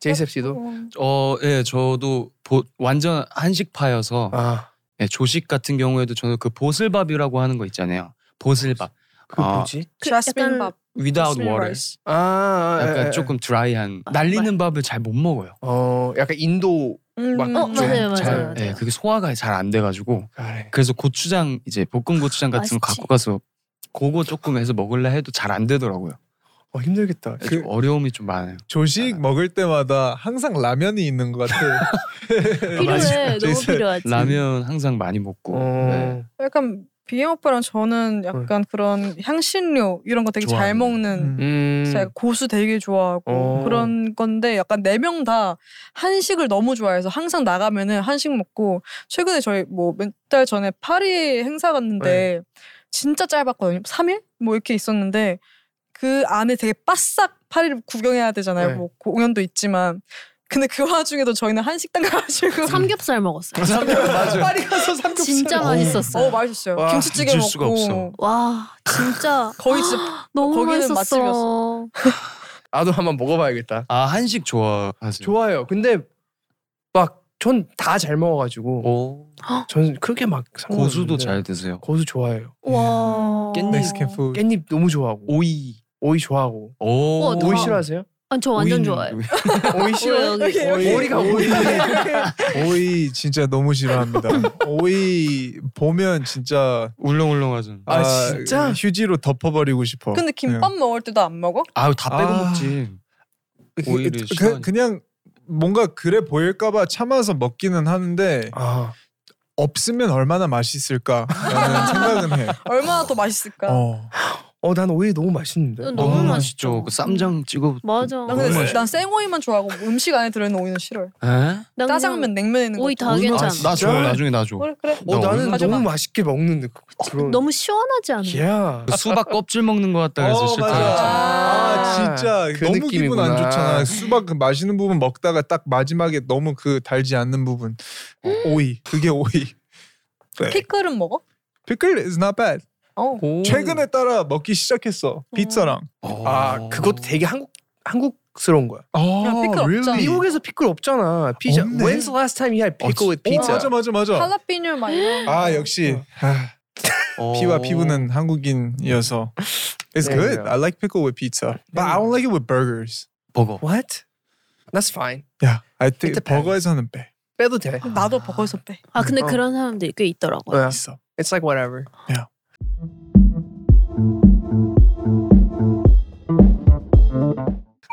Speaker 3: 제이셉 씨도.
Speaker 7: 어, 예, 저도 보, 완전 한식파여서
Speaker 3: 아,
Speaker 7: 예, 조식 같은 경우에도 저는 그 보슬밥이라고 하는 거 있잖아요. 보슬밥.
Speaker 3: 그
Speaker 7: 아.
Speaker 3: 뭐지?
Speaker 5: 그
Speaker 6: 자스민
Speaker 5: 약간-
Speaker 6: 밥
Speaker 7: without
Speaker 6: 보슬
Speaker 7: water.
Speaker 6: 라이스.
Speaker 3: 아, 아, 예,
Speaker 7: 약간
Speaker 3: 예.
Speaker 7: 조금 드라이한 날리는 밥을 잘 못 먹어요.
Speaker 3: 어, 약간 인도. 막
Speaker 5: 어
Speaker 3: 좀
Speaker 5: 맞아요 맞아요.
Speaker 3: 잘-
Speaker 5: 맞아요.
Speaker 7: 예, 그게 소화가 잘 안 돼가지고
Speaker 3: 그래.
Speaker 7: 그래서 고추장 이제 볶음 고추장 같은 거
Speaker 5: 맛있지.
Speaker 7: 갖고 가서 그거 조금 해서 먹을래 해도 잘 안 되더라고요. 예,
Speaker 3: 어, 힘들겠다.
Speaker 7: 좀 어려움이 좀 많아요.
Speaker 4: 조식 먹을 때마다 아, 항상 라면이 있는 것 같아.
Speaker 5: 필요해 너무
Speaker 4: 제이슨,
Speaker 5: 필요하지.
Speaker 7: 라면 항상 많이 먹고
Speaker 3: 어,
Speaker 7: 네.
Speaker 6: 약간 비행 오빠랑 저는 약간 그런 향신료 이런 거 되게 잘
Speaker 7: 좋아하는.
Speaker 6: 먹는
Speaker 3: 음.
Speaker 6: 제가 고수 되게 좋아하고
Speaker 3: 어.
Speaker 6: 그런 건데 약간 네 명 다 한식을 너무 좋아해서 항상 나가면은 한식 먹고 최근에 저희 뭐 몇 달 전에 파리 행사 갔는데 진짜 짧았거든요. 3일? 뭐 이렇게 있었는데 그 안에 되게 바싹 파리를 구경해야 되잖아요.
Speaker 3: 네.
Speaker 6: 뭐 공연도 있지만 근데 그 와중에도 저희는 한식당 (laughs) 가가지고
Speaker 5: 삼겹살 먹었어요.
Speaker 3: 파리 가서 삼겹살.
Speaker 5: 진짜 맛있었어요.
Speaker 6: 어 맛있었어요.
Speaker 3: 와,
Speaker 6: 김치찌개
Speaker 7: 잊을
Speaker 6: 먹고
Speaker 7: 수가 없어.
Speaker 5: 와 진짜
Speaker 6: (laughs)
Speaker 5: 아,
Speaker 6: 거의 진짜 어,
Speaker 5: 너무
Speaker 6: 거기는
Speaker 5: 맛있었어.
Speaker 6: 맛집이었어.
Speaker 3: 나도 한번 먹어봐야겠다.
Speaker 7: 아 한식 좋아하세요?
Speaker 3: 좋아요. 근데 막 전 다 잘 먹어가지고
Speaker 6: (gasps)
Speaker 7: 오.
Speaker 3: 저는 크게 막 상관없는데.
Speaker 7: 고수도 잘 드세요.
Speaker 3: 고수 좋아해요.
Speaker 6: 어.
Speaker 5: 와.
Speaker 7: 깻잎.
Speaker 4: 멕시칸 푸드.
Speaker 3: 깻잎 너무 좋아하고
Speaker 7: 오이.
Speaker 3: 오이 좋아하고
Speaker 7: 오.
Speaker 5: 어,
Speaker 3: 오이
Speaker 5: 와.
Speaker 3: 싫어하세요?
Speaker 5: 아, 저 완전 좋아해요. (laughs)
Speaker 3: 오이 싫어요?
Speaker 5: 여기,
Speaker 6: 여기.
Speaker 3: 오이가 오이.
Speaker 4: (laughs) 오이 진짜 너무 싫어합니다. 오이 보면 진짜
Speaker 7: 울렁울렁하죠.
Speaker 3: 아, 진짜?
Speaker 4: 휴지로 덮어버리고 싶어.
Speaker 6: 근데 김밥 먹을 때도 안 먹어?
Speaker 7: 네. 아유 다 빼고
Speaker 4: 아.
Speaker 7: 먹지.
Speaker 4: 그-
Speaker 7: 오이를
Speaker 4: 그,
Speaker 7: 싫어하니까.
Speaker 4: 그, 냥 뭔가 그래 보일까봐 참아서 먹기는 하는데
Speaker 3: 아,
Speaker 4: 없으면 얼마나 맛있을까라는 생각은 해.
Speaker 6: 얼마나 더 맛있을까?
Speaker 4: 어.
Speaker 3: (laughs) 어, 난 오이 너무 맛있는데.
Speaker 5: 너무
Speaker 7: 너무
Speaker 5: 맛있죠.
Speaker 7: 맛있죠. 그 쌈장 찍어.
Speaker 5: 맞아.
Speaker 6: 난 근데 난생 오이만 좋아하고 음식 안에 들어있는 오이는 싫어요. 아.
Speaker 7: 에?
Speaker 5: 난 그냥
Speaker 6: 짜장면, 냉면 있는 거.
Speaker 5: 오이 다
Speaker 7: 아,
Speaker 5: 괜찮아.
Speaker 7: 나 줘. 나중에 나 줘.
Speaker 6: 그래 그래.
Speaker 3: 어,
Speaker 7: 나
Speaker 3: 나는
Speaker 6: 가져가.
Speaker 3: 너무 맛있게 먹는데. 그거 들어.
Speaker 5: (laughs) 너무 시원하지 않아? 요
Speaker 3: Yeah.
Speaker 7: 그 수박 껍질 먹는 것 같다 그래서
Speaker 4: 어,
Speaker 7: 싫다
Speaker 4: 맞아.
Speaker 7: 그랬잖아.
Speaker 4: 아 진짜
Speaker 3: 그
Speaker 4: 너무 기분
Speaker 3: 느낌이구나.
Speaker 4: 안 좋잖아. 수박 그 마시는 부분 먹다가 딱 마지막에 너무 그 달지 않는 부분 어, 오이 그게 오이. 네.
Speaker 6: 피클은 먹어?
Speaker 4: 피클 is not bad.
Speaker 6: 어.
Speaker 3: 오.
Speaker 4: 최근에 따라 먹기 시작했어 피자랑.
Speaker 3: 아, 그것도 되게 한국 한국스러운 거야.
Speaker 4: 아,
Speaker 6: 피클 없잖아.
Speaker 3: 미국에서 피클 없잖아. 피자.
Speaker 4: 없네.
Speaker 3: When's the last time you had pickle with
Speaker 4: 오,
Speaker 3: pizza?
Speaker 4: 맞아 맞아 맞아.
Speaker 6: 할라피뇨 어, 막 이런.
Speaker 4: 아 역시 아,
Speaker 7: 어.
Speaker 4: 피와 피부는 한국인이어서 It's
Speaker 3: There you
Speaker 4: good.
Speaker 3: go.
Speaker 4: I like pickle with pizza, but I don't like it with burgers.
Speaker 7: 버거.
Speaker 3: What? That's fine.
Speaker 4: Yeah, I think
Speaker 3: It depends.
Speaker 4: 버거에서는 빼
Speaker 3: 빼도 돼.
Speaker 6: 나도 버거에서 빼.
Speaker 5: 아 근데
Speaker 3: 어.
Speaker 5: 그런 사람들이 꽤 있더라고요.
Speaker 3: 어.
Speaker 4: 있어.
Speaker 3: It's like whatever.
Speaker 4: Yeah.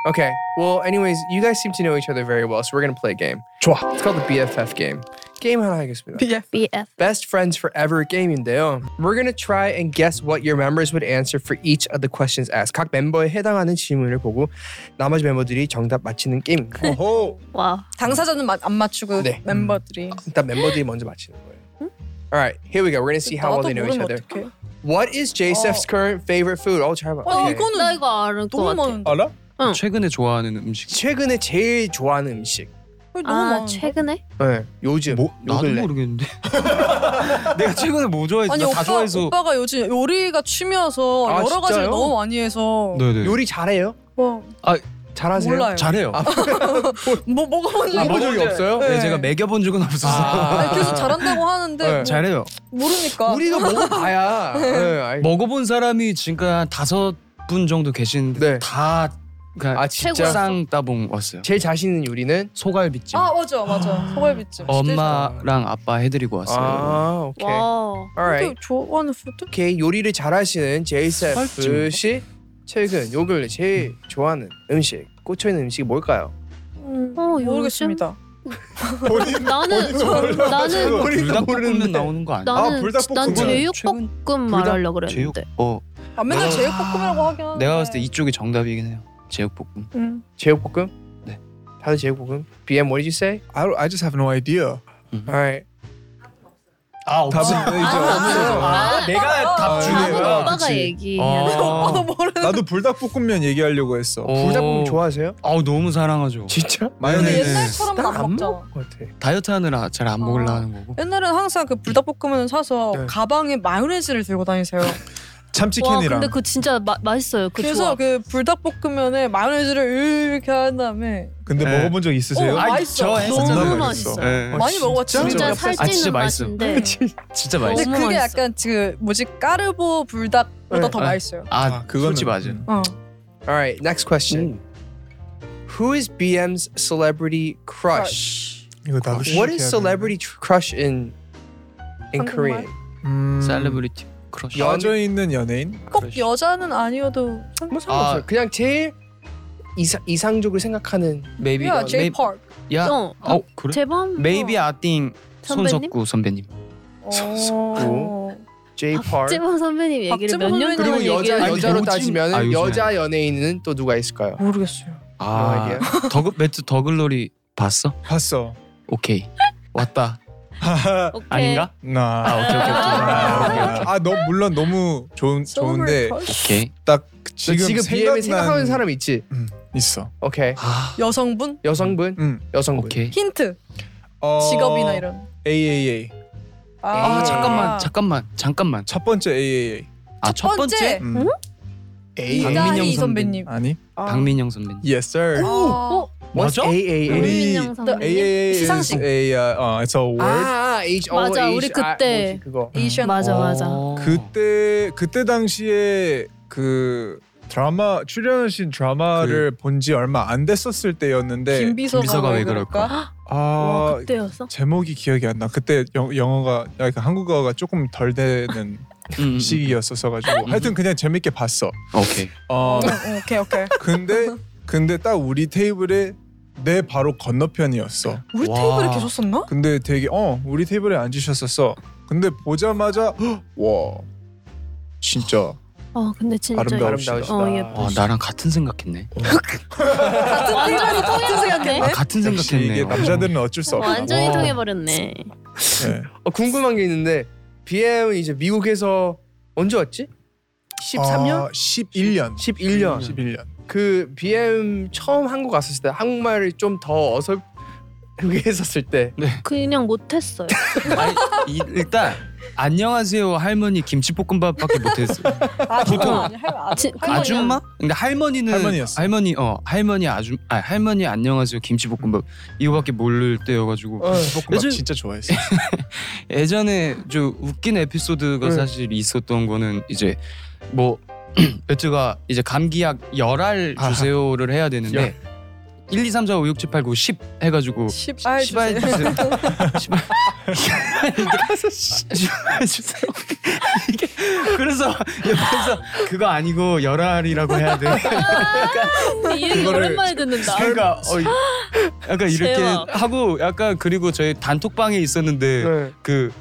Speaker 3: Okay. Well, anyways, you guys seem to know each other very well, so we're gonna play a game.
Speaker 4: 좋아.
Speaker 3: It's called the BFF game. 게임 하나 (laughs) 하겠습니다.
Speaker 6: BF.
Speaker 5: BF.
Speaker 3: Best Friends Forever 게임인데요. We're gonna try and guess what your members would answer for each of the questions asked. 각 멤버에 해당하는 질문을 보고 나머지 멤버들이 정답 맞히는
Speaker 6: (laughs)
Speaker 3: 게임입니다.
Speaker 4: 어허.
Speaker 5: 와.
Speaker 6: 당사자는 마, 안 맞추고
Speaker 3: 네.
Speaker 6: 멤버들이.
Speaker 3: 일단 멤버들이 먼저 맞히는 거예요. Alright, here we go. We're gonna see how well
Speaker 6: 나도
Speaker 3: they know each
Speaker 6: 모르면
Speaker 3: other.
Speaker 6: 어떡해?
Speaker 3: What is JSF's current favorite food? 어, 잘 봐.
Speaker 6: 어
Speaker 3: 오케이.
Speaker 6: 이거는
Speaker 5: 나 이거 아는 것
Speaker 6: 너무
Speaker 5: 같아.
Speaker 6: 많은데.
Speaker 4: 알아?
Speaker 5: 응.
Speaker 7: 최근에 좋아하는 음식.
Speaker 3: 최근에 제일 좋아하는 음식.
Speaker 6: 이거 어, 너무
Speaker 5: 아
Speaker 6: 많은데?
Speaker 5: 최근에?
Speaker 3: 네, 요즘.
Speaker 7: 뭐
Speaker 3: 요
Speaker 7: 나도
Speaker 3: 근래. (laughs)
Speaker 7: 모르겠는데. (laughs) 내가 최근에 뭐 좋아했지?
Speaker 6: 아니
Speaker 7: 나 다
Speaker 6: 오빠
Speaker 7: 좋아해서.
Speaker 6: 오빠가 요즘 요리가 취미여서
Speaker 3: 아,
Speaker 6: 여러 가지를
Speaker 3: 진짜요?
Speaker 6: 너무 많이 해서
Speaker 7: 네네.
Speaker 3: 요리 잘해요?
Speaker 6: 뭐 (laughs)
Speaker 3: 잘하세요?
Speaker 6: 몰라요.
Speaker 7: 아, 잘해요.
Speaker 3: 아,
Speaker 6: 뭐 먹어본
Speaker 3: 아,
Speaker 6: 적이
Speaker 3: 먹어본 적이 없어요?
Speaker 7: 네,
Speaker 6: 네.
Speaker 7: 제가 먹여본 적은 없어서.
Speaker 3: 아.
Speaker 6: 아니, 계속 잘한다고 하는데
Speaker 3: 네.
Speaker 6: 뭐
Speaker 7: 잘해요.
Speaker 6: 모르니까.
Speaker 3: 우리도
Speaker 6: (laughs)
Speaker 3: 먹어봐야. 네, 아이-
Speaker 7: 먹어본 사람이 지금 한 다섯 분 정도 계시는데
Speaker 3: 네.
Speaker 7: 다 그냥
Speaker 3: 아 진짜.
Speaker 5: 최고야.
Speaker 7: 쌍 따봉 왔어요.
Speaker 3: 제일 자신 있는 요리는?
Speaker 7: 소갈비찜.
Speaker 6: 아 맞아 맞아 소갈비찜.
Speaker 7: 엄마랑 아빠 해드리고 왔어요.
Speaker 3: 아 오케이.
Speaker 5: 와.
Speaker 3: Alright.
Speaker 6: 또 좋아하는 푸드? 아,
Speaker 3: 오케이 요리를 잘하시는 제이셉
Speaker 7: 설정.
Speaker 3: 씨 최근 요 근래 제일 좋아하는 음식. 꽂혀 있는 음식이 뭘까요?
Speaker 6: 음,
Speaker 5: 어, 요즘?
Speaker 6: 모르겠습니다.
Speaker 4: 본인
Speaker 5: 나는 저,
Speaker 3: 아,
Speaker 5: 나는
Speaker 7: 불닭볶음면 나오는 거 아니야?
Speaker 4: 아,
Speaker 5: 나는 난
Speaker 4: 불닭볶음면.
Speaker 5: 제육볶음 말하려고
Speaker 7: 제육
Speaker 5: 그랬는데.
Speaker 7: 어
Speaker 6: 아 맨날
Speaker 7: 아.
Speaker 6: 제육볶음이라고 하긴 하는데.
Speaker 7: 내가 봤을 때 이쪽이 정답이긴 해요. 제육볶음.
Speaker 6: 음.
Speaker 3: 제육볶음?
Speaker 7: 네.
Speaker 3: 다들 제육볶음? BM, what did you say?
Speaker 4: I, I just have no idea.
Speaker 3: All right.
Speaker 7: 음. 아
Speaker 4: 답은 이제 없는 거죠.
Speaker 5: 아,
Speaker 7: 내가
Speaker 4: 아,
Speaker 7: 답
Speaker 4: 아,
Speaker 5: 밥은
Speaker 4: 그래요?
Speaker 7: 주네요.
Speaker 5: 오빠가
Speaker 4: 그치.
Speaker 5: 얘기해.
Speaker 6: 오빠도 모르는.
Speaker 4: 나도 불닭볶음면 얘기하려고 했어.
Speaker 7: 아. 어.
Speaker 3: 불닭볶음 좋아하세요?
Speaker 7: 아우 너무 사랑하죠.
Speaker 3: 진짜?
Speaker 6: 근데
Speaker 4: 마요네즈.
Speaker 6: 옛날처럼 안
Speaker 3: 난안
Speaker 6: 먹잖아.
Speaker 3: 먹을 것 같아.
Speaker 7: 다이어트 하느라 잘 안
Speaker 5: 아.
Speaker 7: 먹으려 하는 거고.
Speaker 6: 옛날에는 항상 그 불닭볶음면을 사서
Speaker 3: 네.
Speaker 6: 가방에 마요네즈를 들고 (laughs) 다니세요.
Speaker 5: 와
Speaker 4: 참치캔이랑.
Speaker 5: 근데 그 진짜 마, 맛있어요. 그
Speaker 6: 그래서
Speaker 5: 조합.
Speaker 6: 그 불닭볶음면에 마요네즈를 이렇게 한 다음에
Speaker 4: 근데
Speaker 7: 네.
Speaker 4: 먹어본 적 있으세요?
Speaker 6: 어,
Speaker 7: 아이,
Speaker 6: 맛있어.
Speaker 7: 저
Speaker 4: 존나
Speaker 5: 너무
Speaker 4: 맛있어.
Speaker 5: 맛있어.
Speaker 7: 예.
Speaker 6: 많이
Speaker 4: 진짜?
Speaker 6: 먹어봤지.
Speaker 4: 진짜
Speaker 5: 진짜
Speaker 6: 옆에서.
Speaker 7: 아,
Speaker 5: 살찌는
Speaker 7: 진짜 맛있어. 네,
Speaker 5: 맛인데.
Speaker 4: (laughs)
Speaker 7: 진짜
Speaker 6: 근데 네,
Speaker 7: 맛있어.
Speaker 5: 너무
Speaker 6: 그게
Speaker 5: 맛있어.
Speaker 6: 약간 그 뭐지 까르보 불닭보다
Speaker 3: 네.
Speaker 6: 더
Speaker 7: 네.
Speaker 6: 맛있어요.
Speaker 7: 아
Speaker 4: 그거는-
Speaker 7: 그건 솔 맞아.
Speaker 6: 어.
Speaker 3: All right, next question. Who is BM's celebrity crush?
Speaker 4: 이거 나도
Speaker 3: What
Speaker 4: 시작해야
Speaker 3: is celebrity tr- crush in in
Speaker 6: 한국말?
Speaker 3: Korean?
Speaker 4: 되는데. 음,
Speaker 7: 셀레브리티 크러쉬.
Speaker 4: 여져 있는 연예인?
Speaker 6: 꼭 여자는 아니어도
Speaker 3: 뭐 상관없어요.
Speaker 7: 아.
Speaker 3: 그냥 제일 이사, 이상적으로 생각하는
Speaker 7: maybe
Speaker 6: 야 제이
Speaker 7: maybe
Speaker 6: 팍.
Speaker 7: 야.
Speaker 5: 어,
Speaker 7: 어 그래?
Speaker 5: 제법
Speaker 7: maybe I think
Speaker 5: 선배님?
Speaker 7: 손석구 선배님.
Speaker 6: 어.
Speaker 3: 어. J
Speaker 5: 아,
Speaker 3: Park.
Speaker 5: 박재범 선배님 얘기를
Speaker 6: 박재범
Speaker 5: 몇년
Speaker 6: 선배님
Speaker 5: 동안
Speaker 3: 그리고 여자
Speaker 5: 얘기를
Speaker 7: 아니,
Speaker 3: 여자로
Speaker 7: 요즘-
Speaker 3: 따지면
Speaker 7: 아, 요즘에.
Speaker 3: 여자 연예인은 또 누가 있을까요?
Speaker 6: 모르겠어요.
Speaker 7: 아,
Speaker 3: idea.
Speaker 7: (laughs) 더글 그, 매트 더글로리 봤어?
Speaker 4: 봤어.
Speaker 7: 오케이
Speaker 4: (laughs)
Speaker 7: 왔다
Speaker 5: 오케이.
Speaker 7: 아닌가?
Speaker 4: 나. 아,
Speaker 7: 오케이, 오케이, 오케이. 오케이, 오케이.
Speaker 4: 아, 너 물론 너무 좋은 좋은데
Speaker 7: 오케이
Speaker 4: 딱
Speaker 3: 지금,
Speaker 4: 지금,
Speaker 3: 지금
Speaker 4: 생각난... 음,
Speaker 3: BM에 생각하는 사람 있지?
Speaker 4: 있어.
Speaker 3: 오케이.
Speaker 7: 아
Speaker 6: 여성분
Speaker 3: 여성분?
Speaker 4: 음.
Speaker 3: 여성분.
Speaker 7: 오케이
Speaker 6: 힌트
Speaker 4: 어,
Speaker 6: 직업이나 이런.
Speaker 4: AAA.
Speaker 7: 아, 잠깐만 잠깐만 잠깐만
Speaker 4: 첫 번째 AAA.
Speaker 7: 아 첫 번째
Speaker 4: 음.
Speaker 5: 응?
Speaker 7: 박민영 선배님.
Speaker 6: 이다희 선배님.
Speaker 4: 아니?
Speaker 6: 아.
Speaker 7: 박민영 선배님
Speaker 4: Yes, sir.
Speaker 6: 어.
Speaker 3: What's
Speaker 7: 맞아?
Speaker 3: AAA?
Speaker 4: 우리
Speaker 5: 박민영 선배님.
Speaker 4: AAA is
Speaker 6: 시상식.
Speaker 4: 음. a uh, uh, it's a word.
Speaker 3: 아, H O
Speaker 5: 맞아,
Speaker 3: H,
Speaker 5: 우리
Speaker 3: 아,
Speaker 5: 그때.
Speaker 3: 뭐지, 그거.
Speaker 6: 에이션.
Speaker 5: 맞아 맞아.
Speaker 7: 어.
Speaker 4: 그때 그때 당시에 그 드라마 출연하신 드라마를 본 지 얼마 안 됐었을 때였는데
Speaker 7: 그
Speaker 6: 김비서가,
Speaker 7: 김비서가
Speaker 6: 왜
Speaker 7: 왜
Speaker 6: 그럴까?
Speaker 5: 와,
Speaker 4: 아
Speaker 5: 그때였어.
Speaker 4: 제목이 기억이 안 나. 그때 영, 영어가 약간 한국어가 조금 덜 되는
Speaker 7: (laughs) 음, 음, 음.
Speaker 4: 시기였었어 가지고
Speaker 7: 음.
Speaker 4: 하여튼 그냥 재밌게 봤어.
Speaker 7: 오케이
Speaker 4: 어
Speaker 6: 어, 오케이 오케이.
Speaker 4: (laughs) 근데 근데 딱 우리 테이블에 내 바로 건너편이었어.
Speaker 6: 우리
Speaker 7: 와.
Speaker 6: 테이블에 계셨었나?
Speaker 4: 근데 되게 어 우리 테이블에 앉으셨었어. 근데 보자마자 헉, 와 진짜
Speaker 5: 어 근데 진짜
Speaker 4: 아름다워. 아름다우시다.
Speaker 3: 아름다우시다.
Speaker 5: 어, 예뻐.
Speaker 7: 와 나랑 같은 생각했네
Speaker 6: 같은 테이블에서 같은 생각했네.
Speaker 7: 아 같은
Speaker 4: 역시
Speaker 7: 생각했네
Speaker 4: 이게 남자들은 어쩔 수 없어.
Speaker 5: 완전히
Speaker 7: 와.
Speaker 5: 통해버렸네.
Speaker 4: 네.
Speaker 3: (laughs) 어, 궁금한 게 있는데 BM은 이제 미국에서 언제 왔지? 13년?
Speaker 4: 아, 11년.
Speaker 3: 11년.
Speaker 4: 11년.
Speaker 3: 그 BM 처음 한국 왔었을 때 한국말을 좀 더 어설프게 (laughs) 했었을 때
Speaker 7: 네.
Speaker 5: 그냥 못했어요.
Speaker 7: 아니, 이- 일단 안녕하세요 할머니 김치볶음밥밖에 못했어요
Speaker 6: 아,
Speaker 7: 보통.
Speaker 6: 아니, 할- 아,
Speaker 5: 지-
Speaker 6: (laughs) 할 말이
Speaker 5: 아줌마?
Speaker 7: 아줌마? 근데 할머니는
Speaker 4: 할머니였어.
Speaker 7: 할머니 어 할머니 아줌 아 할머니 안녕하세요 김치볶음밥 이거밖에 모를
Speaker 3: 어,
Speaker 7: 때여가지고
Speaker 4: 어, 볶음밥
Speaker 7: 요즘-
Speaker 4: 진짜 좋아했어.
Speaker 7: 예전에 좀 웃긴 에피소드가
Speaker 3: 네.
Speaker 7: 사실 있었던 거는 이제 뭐 (clears throat) 배트가 이제 감기약 열알
Speaker 4: 아하.
Speaker 7: 주세요를 해야 되는데 1, 2, 3, 4, 5, 6, 7, 8, 9, 10 해가지고
Speaker 6: 십- 알
Speaker 7: 시발
Speaker 6: 주세요.
Speaker 7: 주세요.
Speaker 6: (laughs)
Speaker 7: 시발 시발 주세요. 이게 그래서 옆에서 그거 아니고 열알이라고 해야 돼.
Speaker 5: 이 얘기
Speaker 7: 그거를
Speaker 5: 오랜만에 듣는다. 아,
Speaker 7: 그러니까 어, 이- 약간 이렇게
Speaker 5: 대박.
Speaker 7: 하고 약간 그리고 저희 단톡방에 있었는데
Speaker 3: 네.
Speaker 7: 그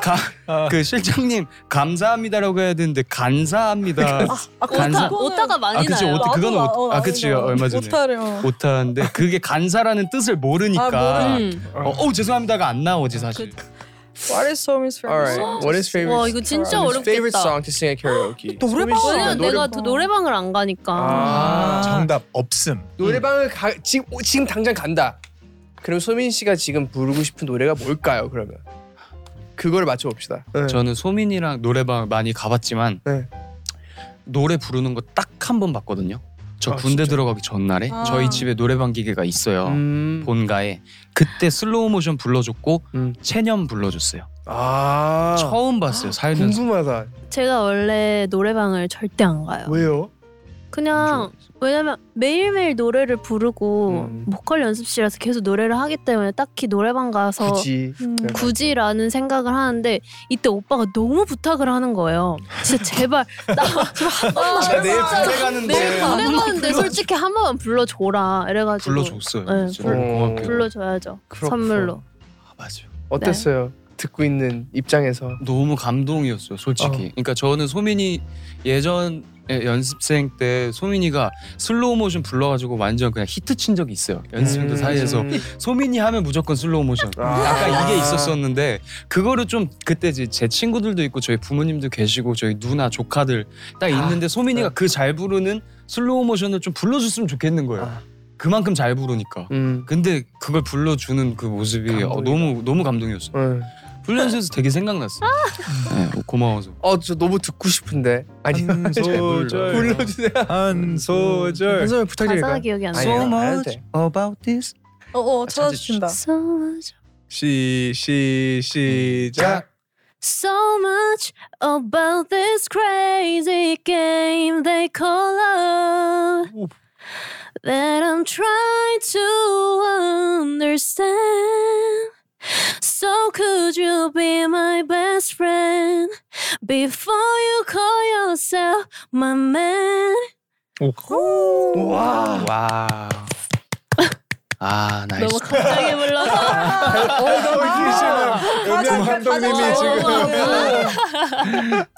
Speaker 7: 가, 그 실장님 감사합니다라고 해야 되는데 간사합니다
Speaker 6: 아,
Speaker 7: 간사-
Speaker 5: 오타, 오타가 많이
Speaker 7: 아, 그치,
Speaker 5: 나요.
Speaker 7: 오타- 그건
Speaker 6: 나도
Speaker 7: 오- 아,
Speaker 6: 나- 어,
Speaker 7: 그치요.
Speaker 6: 나도
Speaker 7: 얼마 전에.
Speaker 6: 오타를 어.
Speaker 7: 못하는데 그게 간사라는 뜻을 모르니까
Speaker 6: 아,
Speaker 5: 음.
Speaker 7: 어, 어 죄송합니다가 안 나오지 사실
Speaker 6: What is so miss
Speaker 3: All right. What is favorite?
Speaker 5: 아, 와 이거 진짜
Speaker 3: What is favorite
Speaker 5: 어렵겠다.
Speaker 3: song to sing at karaoke?
Speaker 6: 노래방.
Speaker 5: 왜냐면
Speaker 6: 노래-
Speaker 5: 내가 또 노래방을 안 가니까.
Speaker 3: 아,
Speaker 4: 정답 없음.
Speaker 3: 네. 노래방을 가, 지금 오, 지금 당장 간다. 그럼 소민 씨가 지금 부르고 싶은 노래가 뭘까요? 그러면 그걸 맞춰 봅시다.
Speaker 4: 네.
Speaker 7: 저는 소민이랑 노래방 많이 가봤지만
Speaker 3: 네.
Speaker 7: 노래 부르는 거 딱 한 번 봤거든요 저
Speaker 4: 아,
Speaker 7: 군대
Speaker 4: 진짜?
Speaker 7: 들어가기 전날에
Speaker 6: 아.
Speaker 7: 저희 집에 노래방 기계가 있어요
Speaker 3: 음.
Speaker 7: 본가에 그때 슬로우 모션 불러줬고
Speaker 3: 음.
Speaker 7: 체념 불러줬어요
Speaker 3: 아.
Speaker 7: 처음 봤어요 살면서
Speaker 3: 궁금하다.
Speaker 5: 제가 원래 노래방을 절대 안 가요.
Speaker 3: 왜요?
Speaker 5: 그냥 왜냐면 매일매일 노래를 부르고
Speaker 3: 음.
Speaker 5: 보컬 연습실에서 계속 노래를 하기 때문에 딱히 노래방 가서
Speaker 3: 굳이
Speaker 6: 음.
Speaker 5: 굳이라는 생각을 하는데 이때 오빠가 너무 부탁을 하는 거예요. 진짜 제발 나 어,
Speaker 7: 야, 내일
Speaker 5: 진짜
Speaker 7: 군대 가는데.
Speaker 5: 내일 군대 가는데 솔직히 한 번만 불러줘라. 이래가지고
Speaker 7: 불러줬어요.
Speaker 5: 네,
Speaker 7: 진짜
Speaker 3: 불-
Speaker 7: 고맙게.
Speaker 5: 불러줘야죠.
Speaker 3: 그렇구나.
Speaker 5: 선물로.
Speaker 7: 아, 맞아.
Speaker 3: 어땠어요? 듣고 있는 입장에서
Speaker 7: 너무 감동이었어요, 솔직히.
Speaker 3: 어.
Speaker 7: 그러니까 저는 소민이 예전에 연습생 때 소민이가 슬로우 모션 불러가지고 완전 그냥 히트 친 적이 있어요. 연습생들
Speaker 3: 음.
Speaker 7: 사이에서 소민이 하면 무조건 슬로우 모션.
Speaker 3: 아.
Speaker 7: 약간 그러니까 이게 있었었는데 그거를 좀 그때 이제 제 친구들도 있고 저희 부모님도 계시고 저희 누나 조카들
Speaker 3: 아,
Speaker 7: 딱 있는데
Speaker 3: 네.
Speaker 7: 소민이가 그 잘 부르는 슬로우 모션을 좀 불러줬으면 좋겠는 거예요.
Speaker 3: 아.
Speaker 7: 그만큼 잘 부르니까.
Speaker 3: 음.
Speaker 7: 근데 그걸 불러주는 그 모습이 어,
Speaker 3: 감동이다. 네.
Speaker 7: 너무 너무 감동이었어.
Speaker 3: 응.
Speaker 7: 훈련소에서 되게 생각났어. 네, 고마워서.
Speaker 3: 어, 저 너무 듣고 싶은데. 아니, (laughs)
Speaker 4: 한 소절
Speaker 3: 불러주세요.
Speaker 7: 음.
Speaker 4: 한 소절
Speaker 3: 한소절
Speaker 5: 가사가
Speaker 3: 부탁드릴까요?
Speaker 5: 기억이 안
Speaker 3: 아니에요.
Speaker 5: 나요.
Speaker 7: about this.
Speaker 6: 어, 어
Speaker 7: 찾아주-
Speaker 6: 찾아주신다.
Speaker 5: So much,
Speaker 4: 시, 시, 시작
Speaker 5: so much about this crazy game they call love that I'm trying to understand. So could you be my best friend before you call yourself my man?
Speaker 3: 와.
Speaker 7: 와. 아, 나이스.
Speaker 5: 너무 갑자기 불러서
Speaker 4: 우리
Speaker 6: 가자,
Speaker 4: 감독님이
Speaker 6: 가자.
Speaker 4: 지금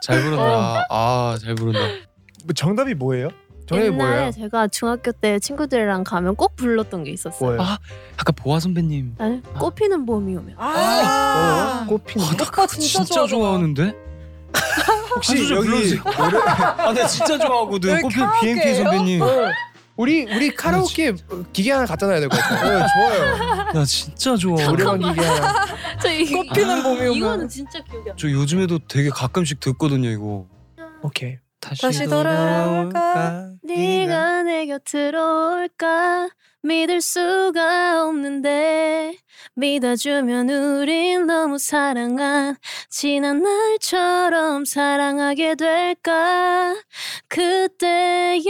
Speaker 7: 잘 부른다. 아, 잘 부른다.
Speaker 4: 뭐 정답이 뭐예요?
Speaker 3: 정답이
Speaker 5: 옛날에
Speaker 3: 뭐예요?
Speaker 5: 제가 중학교 때 친구들이랑 가면 꼭 불렀던 게 있었어요.
Speaker 3: 뭐예요?
Speaker 7: 아, 아까 보아 선배님.
Speaker 5: 아니, 꽃피는 봄이 오면.
Speaker 6: 아,
Speaker 3: 뭐예요? 꽃핀.
Speaker 7: 아, 나
Speaker 6: 오빠
Speaker 7: 그거
Speaker 6: 진짜
Speaker 7: 진짜,
Speaker 6: 좋아하잖아.
Speaker 7: 좋아하는데?
Speaker 4: 혹시 여기
Speaker 7: (laughs) 아, 나 진짜 좋아하거든.
Speaker 3: 네,
Speaker 6: 여기
Speaker 7: 꽃핀
Speaker 6: 카라오케.
Speaker 7: BNK 선배님.
Speaker 3: 어. 우리 우리 카라오케 기계 하나 갖다 놔야 될 것 같아요. 좋아요.
Speaker 7: 네,
Speaker 5: (laughs)
Speaker 7: 나 진짜 좋아.
Speaker 3: 노래방 기계 하나.
Speaker 6: 꽃피는 봄이 오면.
Speaker 5: 이거는 진짜 기억이 안 나.
Speaker 7: 저 요즘에도 되게 가끔씩 듣거든요, 이거.
Speaker 3: 오케이.
Speaker 7: 다시,
Speaker 6: 다시 돌아올까?
Speaker 5: 네가 내 곁으로 올까 믿을 수가 없는데 믿어주면 우린 너무 사랑한 지난 날처럼 사랑하게 될까 그때의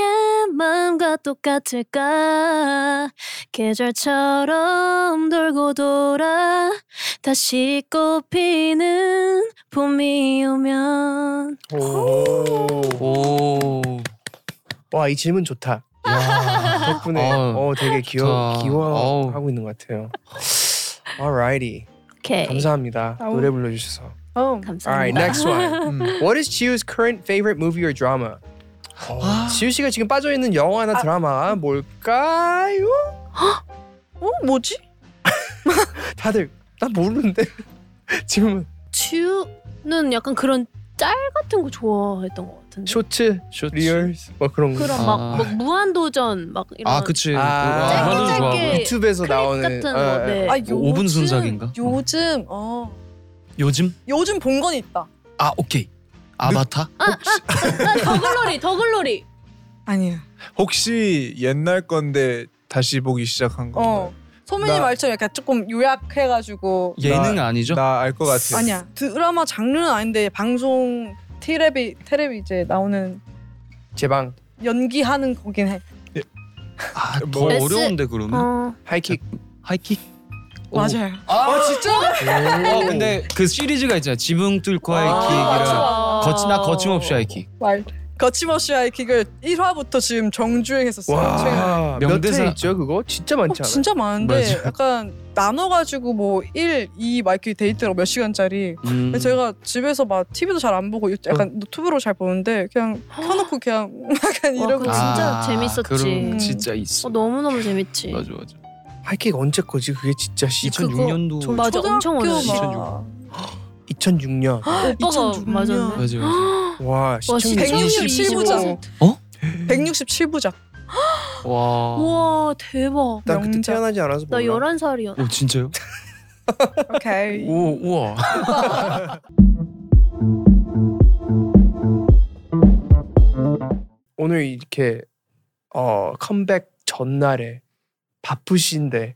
Speaker 5: 마음과 똑같을까 계절처럼 돌고 돌아 다시 꽃피는 봄이 오면
Speaker 3: 오.
Speaker 7: 오.
Speaker 3: 와, 이 질문 좋다. 덕분에
Speaker 7: 아,
Speaker 3: 어, 되게 귀여
Speaker 7: 좋다.
Speaker 3: 귀여워하고 있는 것 같아요. Alrighty.
Speaker 5: 오케이
Speaker 3: 감사합니다.
Speaker 6: 아우.
Speaker 3: 노래 불러 주셔서.
Speaker 6: 어.
Speaker 3: Alright,
Speaker 5: 감사합니다.
Speaker 3: next
Speaker 5: (laughs)
Speaker 3: one. 음. What is 지우's current favorite movie or drama?
Speaker 7: 아.
Speaker 3: 어, 지우 씨가 지금 빠져 있는 영화나
Speaker 5: 아.
Speaker 3: 드라마
Speaker 5: (gasps)
Speaker 3: 뭘까요?
Speaker 6: 어, 뭐지?
Speaker 3: (laughs) 다들 나 모르는데. (laughs) 지금
Speaker 5: 쥬는 약간 그런 짤 같은 거 좋아했던 것 같은데.
Speaker 3: 쇼츠,
Speaker 7: 쇼츠.
Speaker 3: 리얼스 막 그런 거.
Speaker 5: 음. 그런
Speaker 7: 아.
Speaker 5: 막, 막 무한도전 막 이런.
Speaker 7: 아, 그치.
Speaker 3: 아,
Speaker 7: 아,
Speaker 5: 짧게
Speaker 7: 나도
Speaker 5: 짧게
Speaker 7: 좋아하고.
Speaker 3: 유튜브에서
Speaker 5: 클립
Speaker 3: 나오는
Speaker 5: 같은
Speaker 3: 어,
Speaker 5: 거,
Speaker 3: 어.
Speaker 5: 네.
Speaker 6: 아,
Speaker 7: 뭐 오분
Speaker 6: 요즘-
Speaker 7: 순삭인가?
Speaker 6: 요즘 어.
Speaker 7: 요즘?
Speaker 6: 요즘 본 건 있다.
Speaker 7: 아, 오케이. 아바타?
Speaker 5: 나 더글로리 더글로리.
Speaker 6: 아니야.
Speaker 4: 혹시 옛날 건데 다시 보기 시작한
Speaker 6: 어.
Speaker 4: 건가요?
Speaker 6: 소민이
Speaker 4: 나-
Speaker 6: 말처럼 약간 조금 요약해가지고
Speaker 7: 예능 아니죠?
Speaker 4: 나 알 것 같아.
Speaker 6: 아니야 드라마 장르는 아닌데 방송 테레비 테레비 이제 나오는
Speaker 3: 제방
Speaker 6: 연기하는 거긴 해.
Speaker 7: 아, 더
Speaker 4: 뭐-
Speaker 7: 어려운데 그러면?
Speaker 5: 어.
Speaker 3: 하이킥.
Speaker 7: 하이킥? 오.
Speaker 6: 맞아요.
Speaker 7: 아 진짜? 아 근데 그 시리즈가 있잖아 지붕 뚫고 하이킥이랑 거치 나 거침없이 하이킥
Speaker 6: 말 거침없이 하이킥을 1화부터 지금 정주행 했었어요. 제가.
Speaker 3: 와,
Speaker 7: 명대사-
Speaker 3: 몇회 있죠 그거? 진짜 많지
Speaker 6: 어,
Speaker 3: 않아?
Speaker 6: 진짜 많은데
Speaker 7: 맞아요.
Speaker 3: (laughs)
Speaker 6: 약간 나눠가지고 뭐 1, 2 마이크 돼 있더라고 몇 시간짜리.
Speaker 7: 음. 어.
Speaker 6: 근데 제가 집에서 막 TV도 잘 안 보고 약간 노트북으로 잘 보는데 그냥 켜놓고 그냥 (laughs) 약간
Speaker 5: 와,
Speaker 6: 이러고
Speaker 5: 그거 진짜 재밌었지.
Speaker 7: 아, 그럼
Speaker 6: 음.
Speaker 7: 진짜 있어
Speaker 5: 너무 너무 재밌지.
Speaker 7: 맞아 맞아
Speaker 3: 하이킥 언제 거지? 그게 진짜 씨.
Speaker 6: 그거
Speaker 7: 2006년도
Speaker 5: 저- 맞아, 엄청
Speaker 6: 초등학교
Speaker 5: 오래됐어.
Speaker 6: 막
Speaker 3: 2006년. (gasps)
Speaker 5: (gasps) 오빠가
Speaker 6: 2006년.
Speaker 5: 맞았네.
Speaker 7: 맞아 맞아
Speaker 3: 와, 시청률 어?
Speaker 5: 시청률
Speaker 3: 20%.
Speaker 6: 167부작. 167부작.
Speaker 7: 와
Speaker 5: 우와 대박.
Speaker 3: 나 아. 그때
Speaker 6: 명작.
Speaker 3: 태어나지 않아서
Speaker 5: 나
Speaker 3: 몰라.
Speaker 5: 11살이었.
Speaker 7: 오, 어, 진짜요?
Speaker 3: 네.
Speaker 6: 오케이.
Speaker 7: 오 우와
Speaker 3: (laughs) 오늘 이렇게 어 컴백 전날에 바쁘신데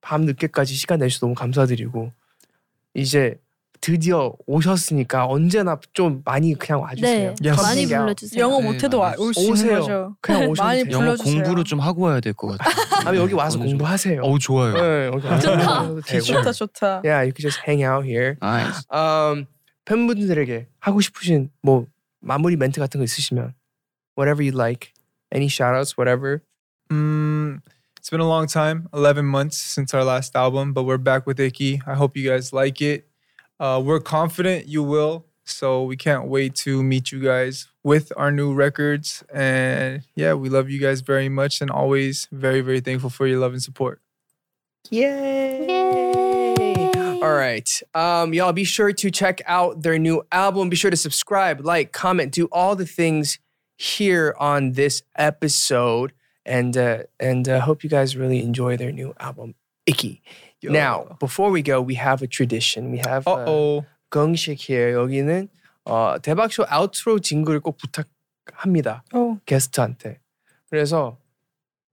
Speaker 3: 밤 늦게까지 시간 내주셔서 너무 감사드리고 이제 드디어 오셨으니까 언제나 좀 많이 그냥 와주세요.
Speaker 5: 네.
Speaker 4: Yes.
Speaker 5: 많이
Speaker 3: Come
Speaker 5: 불러주세요.
Speaker 6: 영어
Speaker 7: 네,
Speaker 6: 못해도
Speaker 7: 많이
Speaker 6: 올 수 있는
Speaker 3: 오세요.
Speaker 6: 거죠.
Speaker 5: (laughs)
Speaker 3: 그냥
Speaker 6: 많이
Speaker 3: 오셔도 돼요.
Speaker 7: 영어
Speaker 6: 불러주세요.
Speaker 7: 공부를 좀 하고 와야 될 것 (laughs) 같아요.
Speaker 3: 아, 여기 와서
Speaker 7: 오늘 좀-
Speaker 3: 공부하세요.
Speaker 7: 어우 좋아요.
Speaker 3: 네, 여기 와서 공부하셔도 되고.
Speaker 6: 좋다 좋다.
Speaker 3: Yeah, you can just hang out here.
Speaker 7: 아,
Speaker 3: 음, 팬분들에게 하고 싶으신 뭐 마무리 멘트 같은 거 있으시면 whatever you like, any shoutouts, whatever.
Speaker 4: Mm, it's been a long time, 11 months since our last album, but we're back with Icky. I hope you guys like it. Uh, we're confident you will. So we can't wait to meet you guys with our new records. And yeah, we love you guys very much and always very, very thankful for your love and support.
Speaker 3: Yay!
Speaker 5: Yay.
Speaker 3: All right. Um, y'all be sure to check out their new album. Be sure to subscribe, like, comment, do all the things here on this episode. And uh, and uh, hope you guys really enjoy their new album, Icky.
Speaker 4: Yo.
Speaker 3: Now, before we go, we have a tradition. We have
Speaker 4: Uh oh.
Speaker 3: 경식 here. 여기는 어, 대박쇼 아웃트로 징글을 꼭 부탁합니다.
Speaker 6: 어.
Speaker 3: 게스트한테. 그래서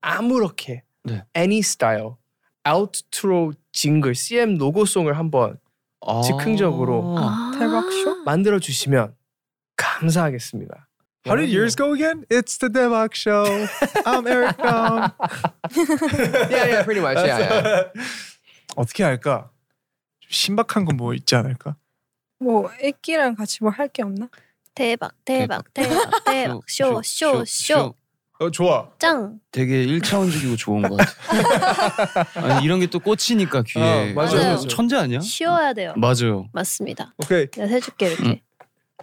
Speaker 3: 아무렇게
Speaker 7: 네.
Speaker 3: any style 아웃트로 징글 CM 로고송을 한번
Speaker 7: 아.
Speaker 3: 즉흥적으로.
Speaker 5: 아.
Speaker 6: 대박쇼?
Speaker 3: 만들어 주시면 감사하겠습니다. 네.
Speaker 4: How did yours go again? It's the Devok
Speaker 3: (laughs)
Speaker 4: Show. I'm Eric Dom.
Speaker 3: yeah, yeah, pretty much. Yeah, yeah.
Speaker 4: 어떻게 할까? 좀 신박한 건 뭐 있지 않을까?
Speaker 6: 뭐 애기랑 같이 뭐 할 게 없나?
Speaker 5: 대박 대박
Speaker 7: (laughs)
Speaker 5: 대박 대박
Speaker 7: 쇼, 쇼,
Speaker 5: 쇼쇼쇼
Speaker 7: 쇼.
Speaker 4: 어, 좋아.
Speaker 5: 짱.
Speaker 7: 되게 1차원적이고 좋은 것 같아요. 아니, 이런 게 또 꽂히니까 귀에.
Speaker 4: 어,
Speaker 5: 맞아요.
Speaker 7: 저거
Speaker 5: 맞아요.
Speaker 7: 천재 아니야?
Speaker 5: 쉬어야 돼요.
Speaker 7: 맞아요.
Speaker 5: 맞습니다.
Speaker 4: 오케이.
Speaker 5: 내가 해줄게 이렇게.
Speaker 7: 음.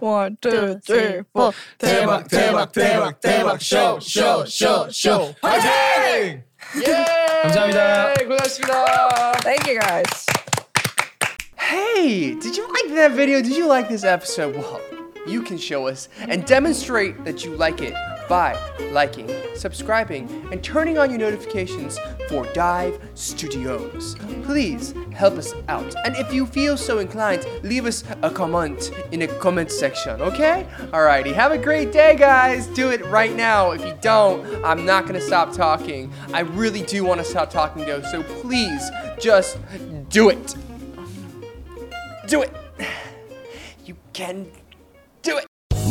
Speaker 6: 원,
Speaker 5: 둘,
Speaker 6: 투, 쓰리,
Speaker 5: 셋,
Speaker 6: 포.
Speaker 5: 포. 대박, 대박, 대박, 대박, 쇼, 쇼, 쇼, 쇼.
Speaker 4: 화이팅!
Speaker 7: 예, 감사합니다.
Speaker 3: Hey, 고맙습니다.
Speaker 6: Thank you guys.
Speaker 3: Hey, did you like that video? Did you like this episode? Well, you can show us and demonstrate that you like it by liking, subscribing, and turning on your notifications for Dive Studios. Please help us out. And if you feel so inclined, leave us a comment in the comment section, okay? Alrighty, have a great day, guys. Do it right now. If you don't, I'm not gonna stop talking. I really do wanna stop talking though, so please just do it. Do it. You can do it.